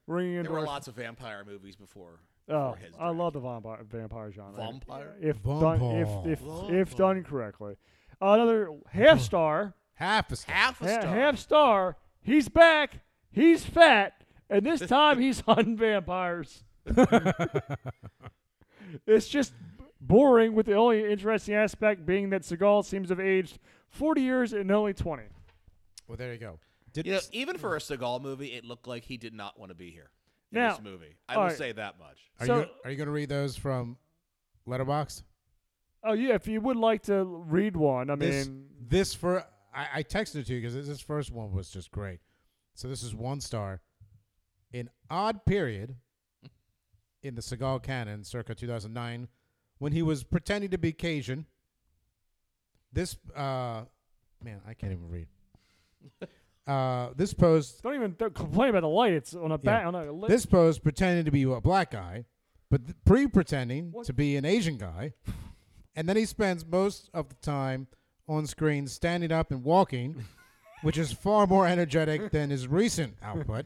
Ringing
there were
endorsement.
lots of vampire movies before.
Oh,
before his
I
Dracula.
love the vampire vampire genre.
vampire.
If done, if if,
Vampire.
if done correctly, another half star,
Half a star.
Half a
ha-
star.
half star. He's back. He's fat, and this time he's hunting vampires. it's just boring. With the only interesting aspect being that Seagal seems to have aged forty years and only twenty.
Well, there you go. Did
You know, even for a Seagal movie, it looked like he did not want to be here in
mm. Now-
this movie. I
all
will
right.
say that much.
are
so-
you are you going to read those from Letterboxd?
Oh yeah, if you would like to read one, I mean,
This this for I, I texted it to you because this, this first one was just great. So this is one star. An odd period in the Seagal canon, circa 2009, when he was pretending to be Cajun. This uh, man, I can't even read. Uh, this post
don't even don't complain about the light. It's on a back
Yeah.
on a li-
This post pretending to be a black guy, but th- pre pretending
What?
to be an Asian guy. And then he spends most of the time on screen standing up and walking, which is far more energetic than his recent output.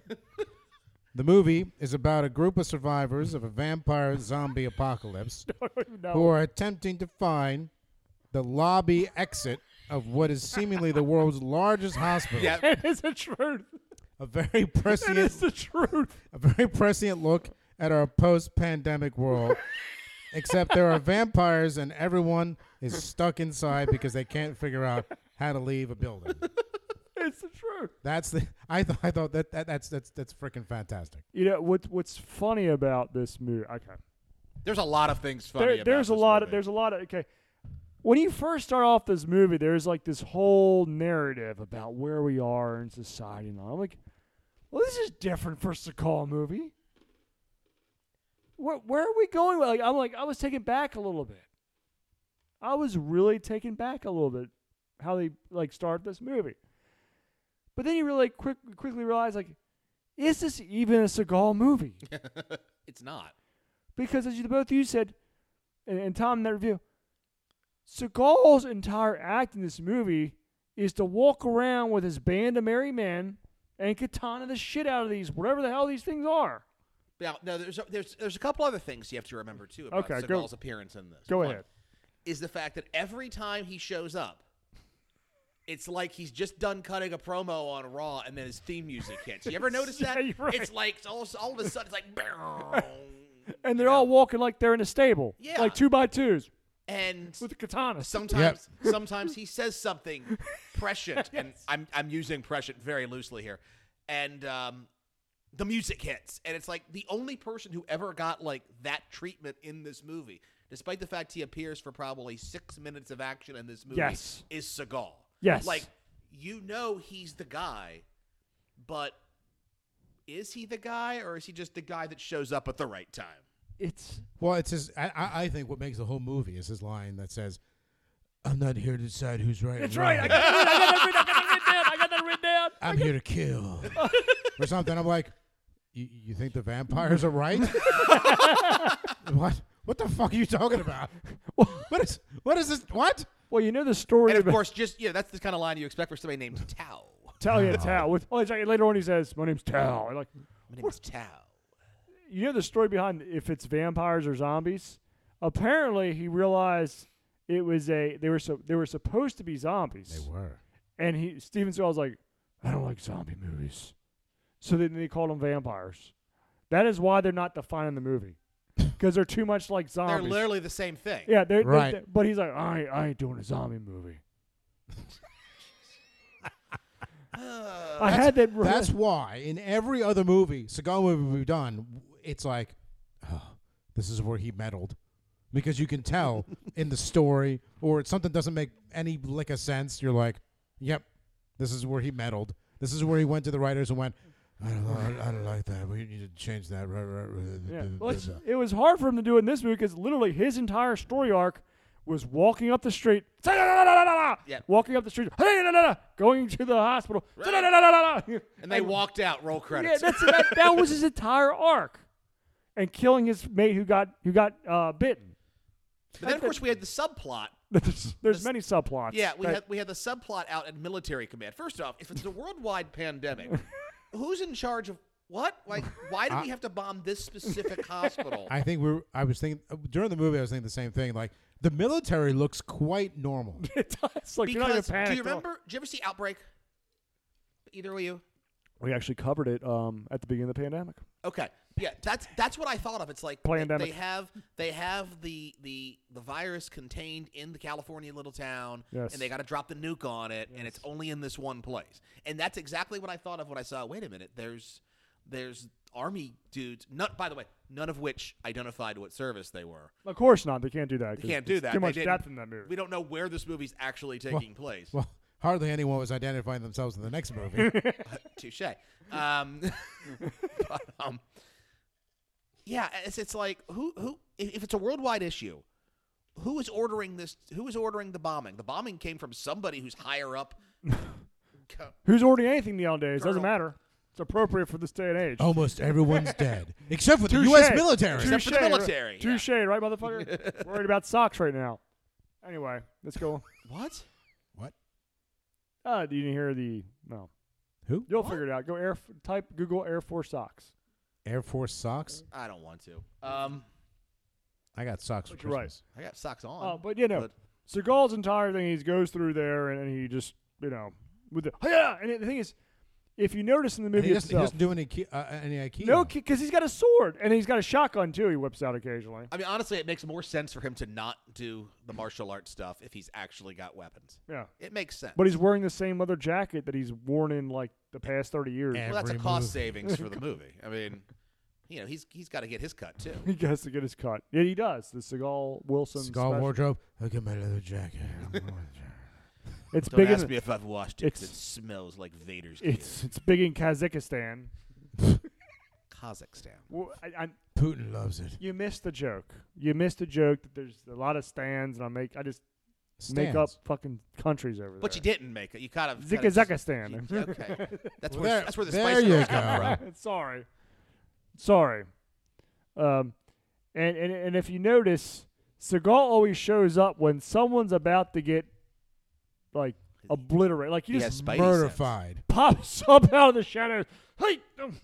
The movie is about a group of survivors of a vampire zombie apocalypse
No.
who are attempting to find the lobby exit of what is seemingly the world's largest hospital.
Yeah.
It is the truth.
A very
It
prescient
is the truth.
a very prescient look at our post-pandemic world. Except there are vampires and everyone is stuck inside because they can't figure out how to leave a building.
It's the truth.
That's the I thought I thought that, that that's that's that's freaking fantastic.
You know what? What's funny about this movie? Okay,
There's a lot of things funny.
There-
about
there's a
this
lot. Of,
movie.
there's a lot of okay. When you first start off this movie, there's like this whole narrative about where we are in society, and all. I'm like, well, this is different for Seagal movie. Where where are we going? with- Like, I'm like, I was taken back a little bit. I was really taken back a little bit how they like start this movie. But then you really quick, quickly realize like, is this even a Seagal movie?
it's not.
Because as you both you said, and, and Tom in that review, Seagal's entire act in this movie is to walk around with his band of merry men and katana the shit out of these, whatever the hell these things are.
Now, no, there's a, there's there's a couple other things you have to remember too about
Okay, go-
Seagal's appearance in this.
Go
One
ahead.
Is the fact that every time he shows up, it's like he's just done cutting a promo on Raw and then his theme music hits. You ever notice
Yeah,
that?
you're right.
It's like it's all, all of a sudden it's like, boom.
And they're all walking like they're in a stable,
Yeah.
like two by twos
and
with the katanas.
sometimes sometimes he says something prescient, and I'm I'm using prescient very loosely here, and um, the music hits, and it's like the only person who ever got like that treatment in this movie, despite the fact he appears for probably six minutes of action in this movie,
Yes.
is Seagal.
Yes.
like you know he's the guy, but is he the guy, or is he just the guy that shows up at the right time?
it's
Well, it's his. I, I I think what makes the whole movie is his line that says, "I'm not here to decide who's right."
That's
and
right. I
wrong.
got that written- I got that written down. I got that written down.
I'm here to kill or something. I'm like, you, you think the vampires are right? what? What the fuck are you talking about? What is? What is this? What?
Well, you know the story
And of
about
course, just you know that's the kind of line you expect for somebody named Tao.
Italian Tao. With oh, it's like later on he says, "My name's Tao." And like
My name is Tao.
you know the story behind if it's vampires or zombies. Apparently, he realized it was a they were so they were supposed to be zombies,
were.
and he Steven Seagal's like, "I don't like zombie movies," so then they called them vampires. That is why they're not defined in the movie because they're too much like
They're
zombies.
literally the same thing.
yeah, they're,
Right.
they're- but he's like, I ain't, I ain't doing a zombie movie.
Uh,
I had that. re-
That's why in every other movie, Seagal movie we've done, it's like, oh, this is where he meddled. Because you can tell in the story or it's something doesn't make any lick of sense, you're like, yep, this is where he meddled. This is where he went to the writers and went, I don't, li- I don't like that. We need to change that. Right, right, right.
Yeah. Well, it's, it was uh, hard for him to do it in this movie because literally his entire story arc was walking up the street,
Yeah.
walking up the street, going to the hospital.
And they walked out. Roll
Yeah,
credits.
that's that, that was his entire arc, and killing his mate who got who got uh, bitten.
and then of course we had the subplot.
There's, there's many subplots.
Yeah, we
that-
had we had the subplot out at military command. First off, if it's a worldwide pandemic, who's in charge of what? Like, why do we have to bomb this specific hospital?
I think we were, I was thinking during the movie, I was thinking the same thing. Like, the military looks quite normal.
it does. Like, you're not even
because do you
panicked at all.
remember? Did you ever see Outbreak? Either of you?
We actually covered it um, at the beginning of the pandemic.
Okay. Yeah, that's that's what I thought of. It's like they-
Plandemic.
they have they have the the the virus contained in the California little town,
Yes.
and they got to drop the nuke on it, and it's only in this one place. And that's exactly what I thought of when I saw. Wait a minute, there's there's army dudes. Not by the way, none of which identified what service they were.
Of course not. They can't do that.
They
'cause
can't do
it's
that.
Too
They
much
didn't.
depth in that movie.
We don't know where this movie's actually taking place.
Well, hardly anyone was identifying themselves in the next movie.
Touche. Um, but, um, yeah, it's, it's like who who if if it's a worldwide issue, who is ordering this? Who is ordering the bombing? The bombing came from somebody who's higher up. Co-
Who's ordering anything nowadays? Doesn't
Colonel.
matter. It's appropriate for this day and age.
Almost everyone's dead, except for the
Touche.
U.S. military.
Except for the
Touche, right-
military, yeah.
Touche, right, motherfucker? Worried about socks right now. Anyway, let's go.
what?
What?
Uh, you didn't hear the no.
Who?
You'll figure it out. Go air F- type Google Air Force socks.
Air Force socks?
I don't want to. Um,
I got socks for
But you're right.
Christmas.
I got socks on.
Uh, but you know, Seagal's entire thing, he goes through there and, and he just you know with the "Oh, yeah. And the thing is, if you notice in the
And
movie
He doesn't, he
itself,
doesn't do any, ki- uh, any IKEA.
no, because he's got a sword and he's got a shotgun too. He whips out occasionally.
I mean, honestly, it makes more sense for him to not do the martial arts stuff if he's actually got weapons.
Yeah,
It makes sense.
but he's wearing the same leather jacket that he's worn in like the past thirty years.
And-
well, that's a
every
cost
movie.
savings for the movie. I mean, you know, he's he's got to get his cut too.
He has to get his cut. Yeah, he does. The Seagal Wilson.
Skull
special.
wardrobe. Look at my leather jacket.
It's
Don't
big.
ask
In,
me if I've washed it 'cause
It's-
it smells like Vader's gear.
it's it's big in Kazakhstan.
Kazakhstan.
Well, I, I,
Putin loves it.
you missed the joke. You missed the joke that there's a lot of stands, and I make I just make up
Stands.
fucking countries over there.
But you didn't make it. You kind of kind of just-
Zikazakistan.
you- Okay, that's
Well,
where
there-
that's where the
there
spice
you
Girls come
go.
from.
Sorry, sorry. Um, And and and if you notice, Seagal always shows up when someone's about to get like obliterated. Like he
He
just
has Spidey sense.
Murderfied.
pops up out of the shadows. Hey, um,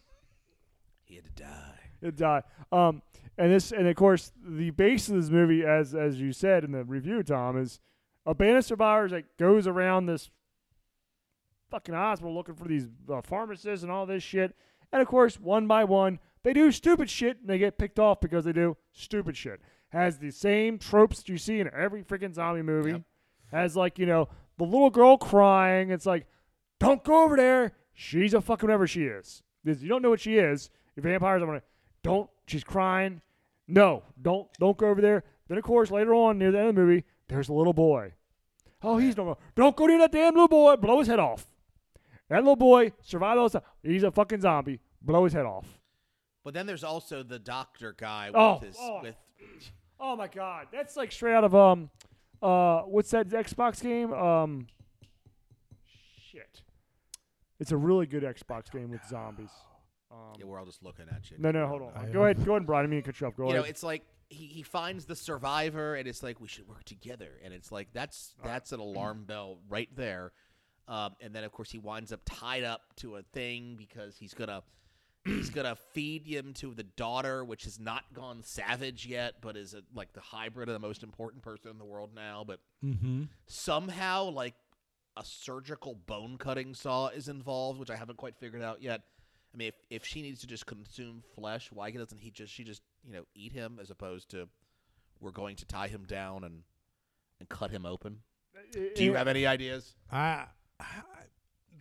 He had to die.
it die. Um, and this, and of course, the base of this movie, as as you said in the review, Tom, is a band of survivors that goes around this fucking hospital looking for these uh, pharmacists and all this shit. And of course, one by one, they do stupid shit and they get picked off because they do stupid shit. Has the same tropes you see in every freaking zombie movie.
Yep.
Has like you know the little girl crying. It's like, don't go over there. She's a fucking whatever she is. Because you don't know what she is. Your vampires, I'm gonna don't. She's crying. No, don't don't go over there. Then of course later on near the end of the movie, there's a little boy. Oh, he's normal. Don't go near that damn little boy. Blow his head off. That little boy survived all this time. He's a fucking zombie. Blow his head off.
But then there's also the doctor guy with
Oh,
his
oh.
with
Oh my god, that's like straight out of um, uh, what's that Xbox game? Um, shit, it's a really good Xbox game with zombies.
Um,
yeah, we're all just looking at you.
No, no, hold
I
on. Go ahead, go ahead, Brian. I mean, cut you off. Go
You know,
ahead.
it's like he, he finds the survivor and it's like we should work together and it's like that's that's an alarm bell right there. Um, and then of course he winds up tied up to a thing because he's gonna he's gonna feed him to the daughter, which has not gone savage yet, but is a, like the hybrid of the most important person in the world now. But
Mm-hmm.
somehow like a surgical bone cutting saw is involved, which I haven't quite figured out yet. I mean, if, if she needs to just consume flesh, why doesn't he just she just you know eat him as opposed to we're going to tie him down and and cut him open?
Uh,
Do you have any ideas,
I, I,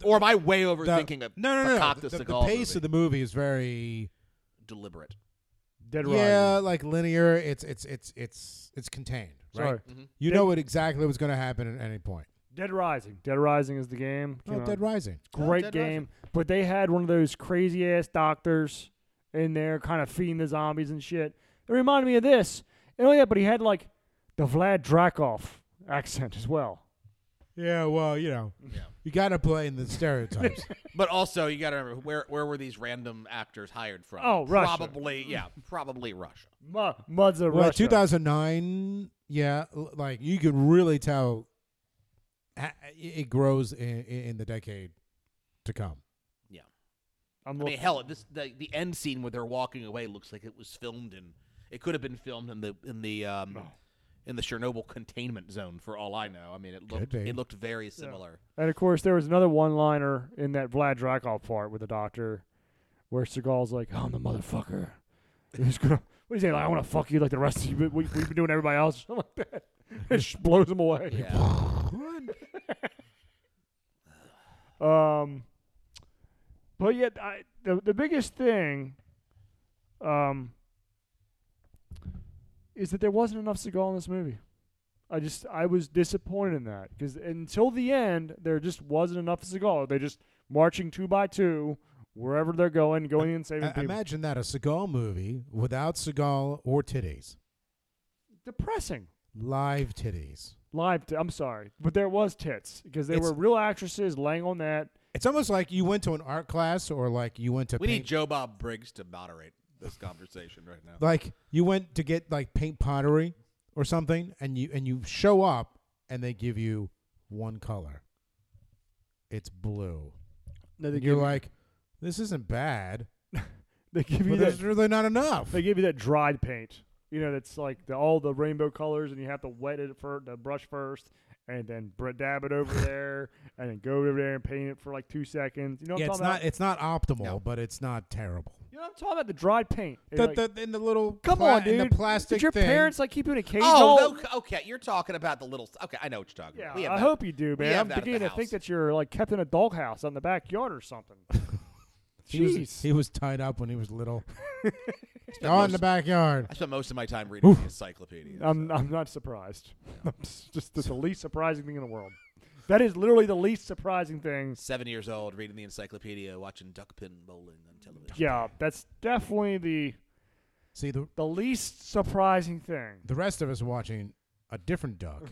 or am I way
the-
overthinking a
no, no,
a
no.
cock
the,
to
the
Seagal
pace
movie?
of the movie is very
deliberate?
Dead
yeah,
Rising.
like linear. It's it's it's it's it's contained, right?
Sorry,
Mm-hmm.
You
They-
know what exactly was going to happen at any point.
Dead Rising. Dead Rising is the game.
Oh,
Came out.
Dead Rising.
Oh,
Great
Dead
game,
Rising.
but they had one of those crazy ass doctors in there, kind of feeding the zombies and shit. It reminded me of this. And oh yeah, but he had like the Vlad Dracoff accent as well.
Yeah, well, you know,
Yeah.
you got to play in the stereotypes.
But also, you got to remember where where were these random actors hired from?
Oh, Russia.
Probably, yeah, probably Russia.
Mu- Muds of
well,
Russia.
2009, yeah, l- like you can really tell a- i- it grows in, in the decade to come.
I'm
I mean,
looking-
hell, this the, the end scene where they're walking away looks like it was filmed in. It could have been filmed in the in the um,
Oh.
in the Chernobyl containment zone, for all I know. I mean, it looked
be.
it looked very similar.
And of course, there was another one-liner in that Vlad Dracov part with the doctor, where Seagal's like, "I'm the motherfucker." He's gonna. What is he? Like, I want to fuck you like the rest of you. But we, we've been doing everybody else, or something like that. It just blows him away.
Yeah,
Um, but yet, I, the the biggest thing, um, is that there wasn't enough Seagal in this movie. I just I was disappointed in that because until the end there just wasn't enough Seagal. They just marching two by two wherever they're going, going and saving
I-
people.
imagine that a Seagal movie without Seagal or titties,
Depressing.
live titties.
Live. T- I'm sorry, but there was tits because they
It's-
were real actresses laying on that.
It's almost like you went to an art class or like you went to
we
paint,
need Joe Bob Briggs to moderate this conversation right now.
like you went to get like paint pottery or something and you and you show up and they give you one color. It's blue.
No,
And you're like, this isn't bad,
they give you
but
that
there's really not enough.
They give you that dried paint, you know, that's like the, all the rainbow colors, and you have to wet it for the brush first, and then br- dab it over there, and then go over there and paint it for like two seconds. You know what
Yeah,
I'm
it's
talking
not
about?
it's not optimal,
No.
but it's not terrible.
you know what I'm talking about? The dried paint. It's
The,
like,
the, in the little
come
pla-
on, dude.
in the plastic
Did your
thing.
parents like keep you in a cage? all-
Oh, no, okay, you're talking about the little. Okay, I know what you're talking
Yeah,
about. We have
I
that-
hope you do,
we
man.
have
I'm
that at the
beginning to think
house.
that you're like kept in a doghouse on the backyard or something.
he was,
Jeez.
he was tied up when he was little.
spent
Out in
most-
the backyard.
I spent most of my time reading the encyclopedia.
I'm,
so.
I'm not surprised. It's just the least surprising thing in the world. That is literally the least surprising thing
seven years old, reading the encyclopedia, watching duckpin bowling on television.
Yeah, that's definitely the
See the
the least surprising thing.
the rest of us are watching a different duck,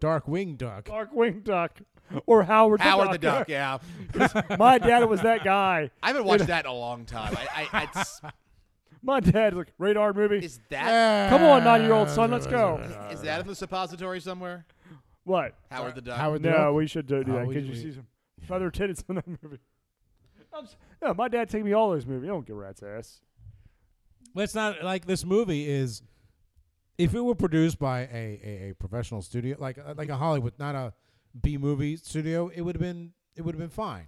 dark winged duck.
Darkwing Duck or Howard,
Howard the
the
Duck. Yeah,
My dad was that guy.
I haven't watched that in a long time. I, I, it's,
My dad's like radar movie.
Is that
Come on, nine-year-old son, let's go.
is that in the suppository somewhere?
what?
Howard the Duck.
Howard the
No,
Duck?
we should do, do
Oh,
that.
we-
Could you
we-
see some feather titties in that movie? I'm s- no, my dad take me all those movies. I don't give a rat's ass.
Let's not like this movie is. If it were produced by a, a, a professional studio, like uh, like a Hollywood, not a B movie studio, it would have been it would have been fine.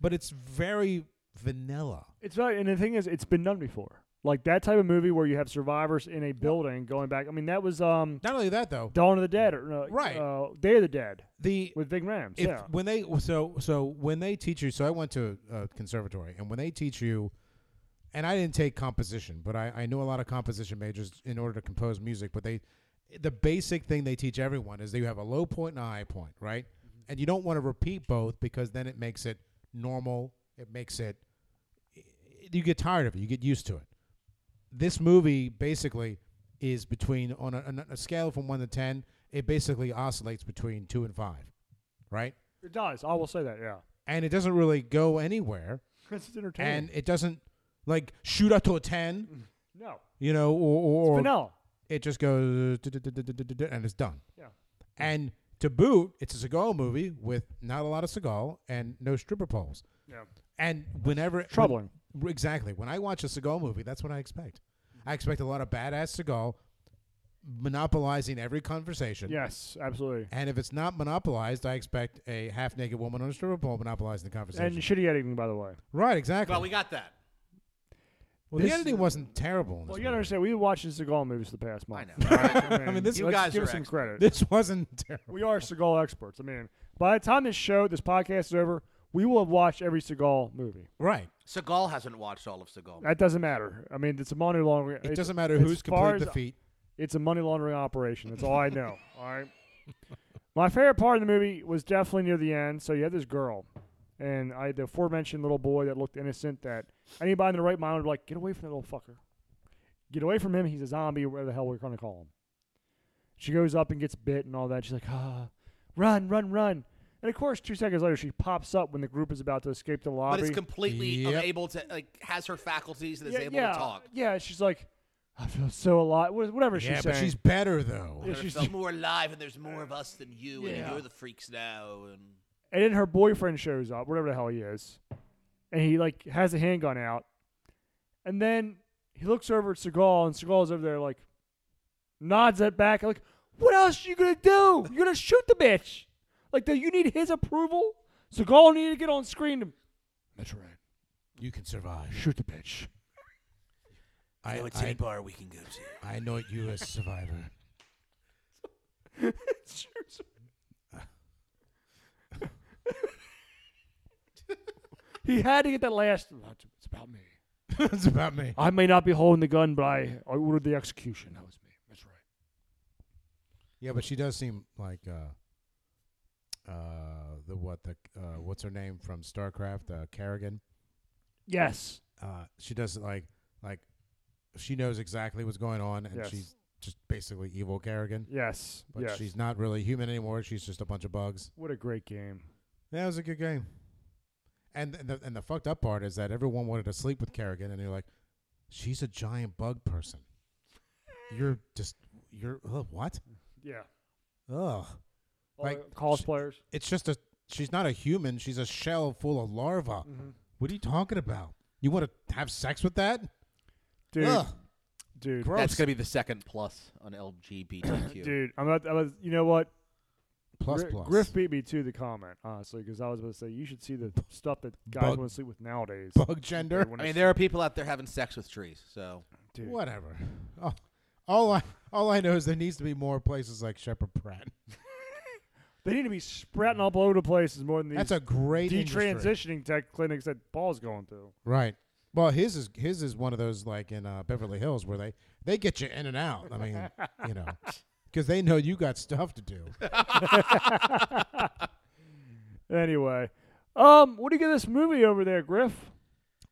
But it's very vanilla.
It's not, and the thing is, it's been done before. Like that type of movie where you have survivors in a building going back. I mean, that was um
Not only that though,
Dawn of the Dead or no,
Right.
uh, Day of the Dead
the
with Big Rams.
if
yeah,
when they so so when they teach you so i went to a conservatory and when they teach you and i didn't take composition but i i knew a lot of composition majors in order to compose music but they the basic thing they teach everyone is that you have a low point and a high point right and you don't want to repeat both because then it makes it normal it makes it you get tired of it you get used to it this movie basically is between on a, on a scale from 1 to 10 it basically oscillates between 2 and 5 right
it does. I will say that. Yeah,
and it doesn't really go anywhere
because it's entertaining.
and it doesn't like shoot up to a 10
no,
you know or, or, or
Mm. vanilla.
it just goes duh, duh, duh, duh, duh, duh, duh, duh, and it's done
Yeah.
and to boot it's a Seagal movie with not a lot of Seagal and no stripper poles
Yeah.
and whenever
Troubling.
when- exactly when I watch a Seagal movie that's what I expect I expect a lot of badass Seagal monopolizing every conversation
Yes, absolutely.
and if it's not monopolized I expect a half naked woman on a stripper pole monopolizing the
And
conversation
shitty editing, by the way.
right exactly
Well, we got that.
Well, the
This-
editing wasn't terrible. in
Well,
this
you gotta
movie.
understand, we've watched Seagal movies the past month.
know.
Alright, I,
mean, this-
You
let's
guys
give
are
some
experts.
credit.
This wasn't terrible.
We are Seagal experts. I mean, by the time this show, this podcast is over, we will have watched every Seagal movie.
Right.
Seagal hasn't watched all of Seagal.
That doesn't matter. I mean, it's a money laundering.
It
it's-
doesn't matter
as
who's
far
complete
as-
defeat.
It's a money laundering operation. That's all I know. all right. My favorite part of the movie was definitely near the end. So you had this girl, and I the aforementioned little boy that looked innocent. That anybody in the right mind would be like, get away from that little fucker. Get away from him. He's a zombie. or Whatever the hell we're going to call him. She goes up and gets bit and all that. She's like, ah, run, run, run. And of course, two seconds later, she pops up when the group is about to escape the lobby.
But it's completely
Yep.
unable to like has her faculties and is able
yeah,
to talk.
yeah. She's like, I feel so alive. wha- Whatever
Yeah,
she's
but
saying.
she's better though.
Yeah,
There's
she's-
some more alive, and there's more of us than you,
Yeah.
and you're the freaks now. And
And then her boyfriend shows up, whatever the hell he is, and he like has a handgun out. And then he looks over at Seagal, and Seagal's over there like nods it back. Like, what else you gonna do? You're gonna shoot the bitch. Like, do you need his approval? Seagal needed to get on screen to
That's right. You can survive.
shoot the bitch.
I,
know a
I,
titty bar we can go to.
I know you as a survivor.
Shoots her. he had to get that last. It's about me.
it's about me.
I may not be holding the gun, but I, I ordered the execution. That was me. That's right.
Yeah, but she does seem like uh, uh, the what the uh, what's her name from StarCraft? Uh, Kerrigan.
Yes.
Uh, she does like like she knows exactly what's going on, and
Yes.
she's just basically evil Kerrigan.
Yes.
But
yes.
she's not really human anymore. She's just a bunch of bugs.
what a great game.
Yeah, it was a good game. And and the, and the fucked up part is that everyone wanted to sleep with Kerrigan, and you're like, she's a giant bug person. You're just you're ugh, what?
Yeah.
Ugh.
All
Like,
the cosplayers.
It's just a she's not a human. She's a shell full of larvae. What are you talking about? You want to have sex with that?
Dude.
Ugh,
Dude.
gross.
That's gonna be the second plus on LGBTQ.
Dude, I'm about, I'm about- you know what?
Plus,
Gri-
plus.
Griff beat me to the comment, honestly, because I was about to say you should see the stuff that guys
Bug-
want to sleep with nowadays.
bug
They
gender.
wanna
I mean,
s-
there are people out there having sex with trees. So
dude,
Whatever. Oh, all I all I know is there needs to be more places like Shepherd Pratt.
They need to be sprouting all over the places more than these
That's a great industry.
detransitioning tech clinics that Paul's going through.
Right. Well, his is his is one of those like in uh, Beverly Hills where they they get you in and out. I mean, you know, because they know you got stuff to do.
Anyway, um, what do you give this movie over there, Griff?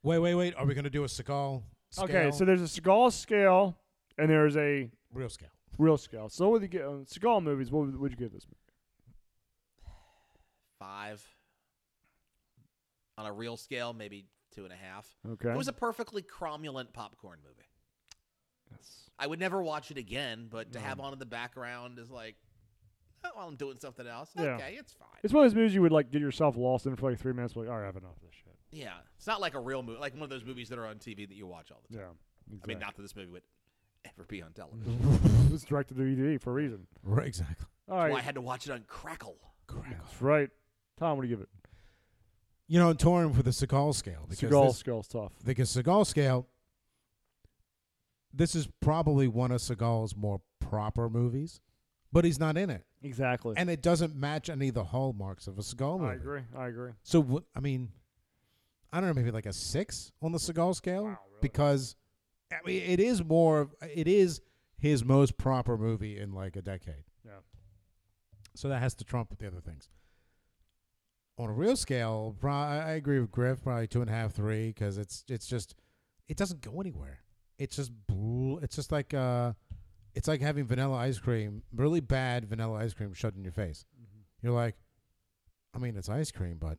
Wait, wait, wait. Are we gonna do a Seagal? Scale?
Okay, so there's a Seagal scale, and there's a
real scale.
real scale. So what would you get on Seagal movies? What would would you give this movie?
five on a real scale, maybe two and a half.
Okay,
It was a perfectly cromulent popcorn movie.
Yes.
I would never watch it again, but to
No.
have on in the background is like, oh, while I'm doing something else,
Yeah.
okay, it's fine.
It's one of those movies you would like get yourself lost in for like three minutes. Like, all right, I've enough of this shit.
Yeah, it's not like a real movie, like one of those movies that are on TV that you watch all the time.
Yeah.
I mean, not that this movie would ever be on television.
it's directed to DVD for a reason.
Right, exactly.
Mm-hmm. All
That's why I
right.
had to watch it on Crackle.
That's right. Tom, what do you give it?
You know, I'm torn with the Seagal scale because
Seagal
this-
scale's tough.
because Seagal scale. This is probably one of Seagal's more proper movies, but he's not in it,
Exactly.
and it doesn't match any of the hallmarks of a Seagal movie.
I agree. I agree.
So wh- I mean, I don't know, maybe like a six on the Seagal scale
Wow, really?
because I mean it is more. of- It is his most proper movie in like a decade.
Yeah.
So that has to trump the other things. On a real scale, pro- I I agree with Griff. Probably two and a half, three, because it's it's just it doesn't go anywhere. It's just bl- it's just like uh, it's like having vanilla ice cream, really bad vanilla ice cream, shoved in your face.
Mm-hmm.
You're like, I mean, it's ice cream, but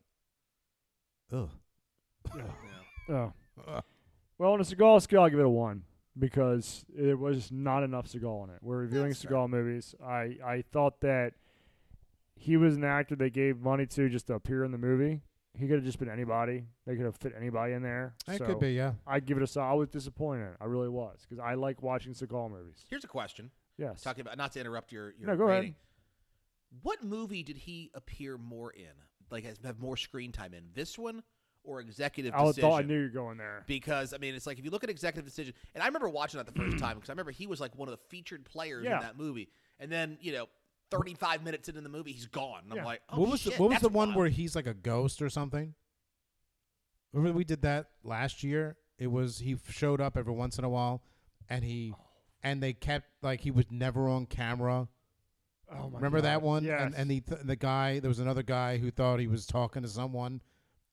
ugh.
Oh.
Ugh.
Well, on a Seagal scale, I'll give it a one because it was not enough Seagal in it. We're reviewing
That's fair.
Seagal movies. I, I thought that he was an actor they gave money to just to appear in the movie. He could have just been anybody. They could have fit anybody in there.
It
so
could be, yeah.
I give it a solid. I was disappointed. I really was because I like watching Seagal movies.
Here's a question.
Yes.
Talking about not to interrupt your, your
No, go
rating.
ahead.
What movie did he appear more in? Like has have more screen time in? This one or Executive
I
Decision?
thought I knew you were going there.
because I mean, it's like if you look at Executive Decision, and I remember watching that the first time because I remember he was like one of the featured players
Yeah.
in that movie, and then you know, thirty five minutes into the movie, he's gone. And
Yeah.
I'm like, oh,
what was
shit,
the, what was
that's
the one
wild.
where he's like a ghost or something? Remember we did that last year. It was he f- showed up every once in a while, and he and they kept like he was never on camera.
Oh my
Remember that
God.
one?
Yes.
And, and the th- the guy there was another guy who thought he was talking to someone,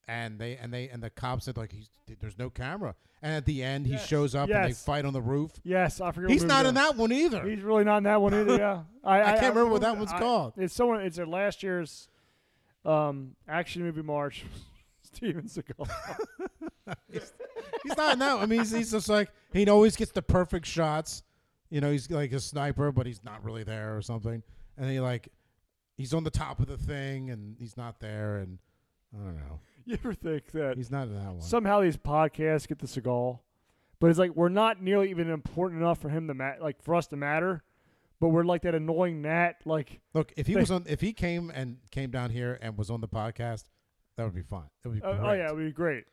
and they and they and the cops said like he's, there's no camera. And at the end
Yes.
he shows up and they
Yes.
fight on the roof.
yes, I forget.
He's
what
not
movie
in that one either.
He's really not in that one either. Yeah, I,
can't remember what that one's
I-
called.
It's someone. It's a last year's um, action movie March. Steven Seagal.
He's not no. I mean, he's, he's just like he always gets the perfect shots. You know, he's like a sniper, but he's not really there or something. And he like he's on the top of the thing, and he's not there. And I don't know,
you ever think that
he's not in that one.
somehow these podcasts get the Seagal, but it's like we're not nearly even important enough for him to ma- like for us to matter, but we're like that annoying gnat. Like
Look, if he was on, if he came and came down here and was on the podcast, that would be fun. That would be
oh- oh
great.
yeah, it would be great.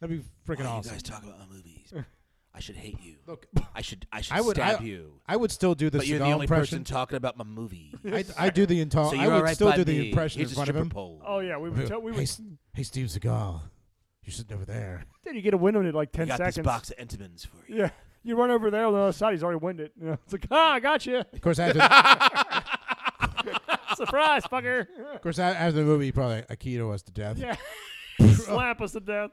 that'd be freaking
Why do
awesome.
You guys talk about my movies. I should hate you.
Look,
I should I should
I would-
stab
I-
you.
I would still do the
But you're the
Seagal
only
impression.
person talking about my movie.
I, I do the entire.
so
I
you're
would
all right
still
by
do the
me.
impression in
Here's a
front of
stripper
him.
pole.
Oh yeah, we would. Tell, we
hey,
would.
S- hey, Steve Seagal, you're sitting over there.
Then you get a win on it in, like
I
ten
got
seconds.
this box of Entenmann's for you.
Yeah, you run over there on the other side. He's already winded. You know, it's like ah, I got you.
Of course, after of
Surprise, fucker.
course a- after the movie, probably Aikido us to death.
Yeah. Slap us to death.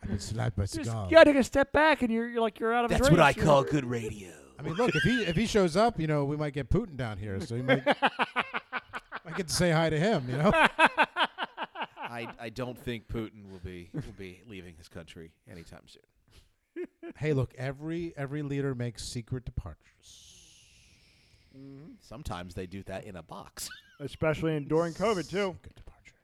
I've been slapped by
Just,
Seagal.
you gotta take a step back, and you're, you're like you're out of.
That's
range.
what I call good radio.
I mean, look if he if he shows up, you know, we might get Putin down here, so he might. I get to say hi to him, you know.
I, I don't think Putin will be will be leaving his country anytime soon.
hey, look, every every leader makes secret departures.
Sometimes they do that in a box.
Especially in, during COVID too.
Secret departures.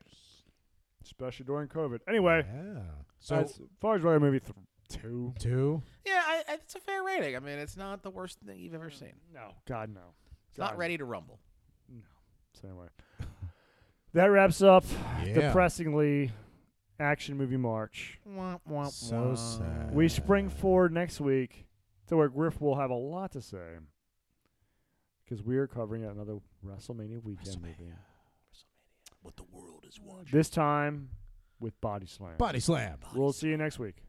Especially during COVID. Anyway,
Yeah.
so
So
as far as whether movie th- two.
two.
Yeah, I, I- it's a fair rating. I mean, it's not the worst thing you've ever seen.
No, God no.
It's not
God.
ready to rumble.
So anyway, that wraps up
Yeah.
depressingly action movie March.
Womp, womp,
So
womp.
sad.
We spring forward next week to where Griff will have a lot to say because we are covering another WrestleMania weekend movie.
What the world is watching.
This time with Body Slam.
Body slam.
We'll see you next week.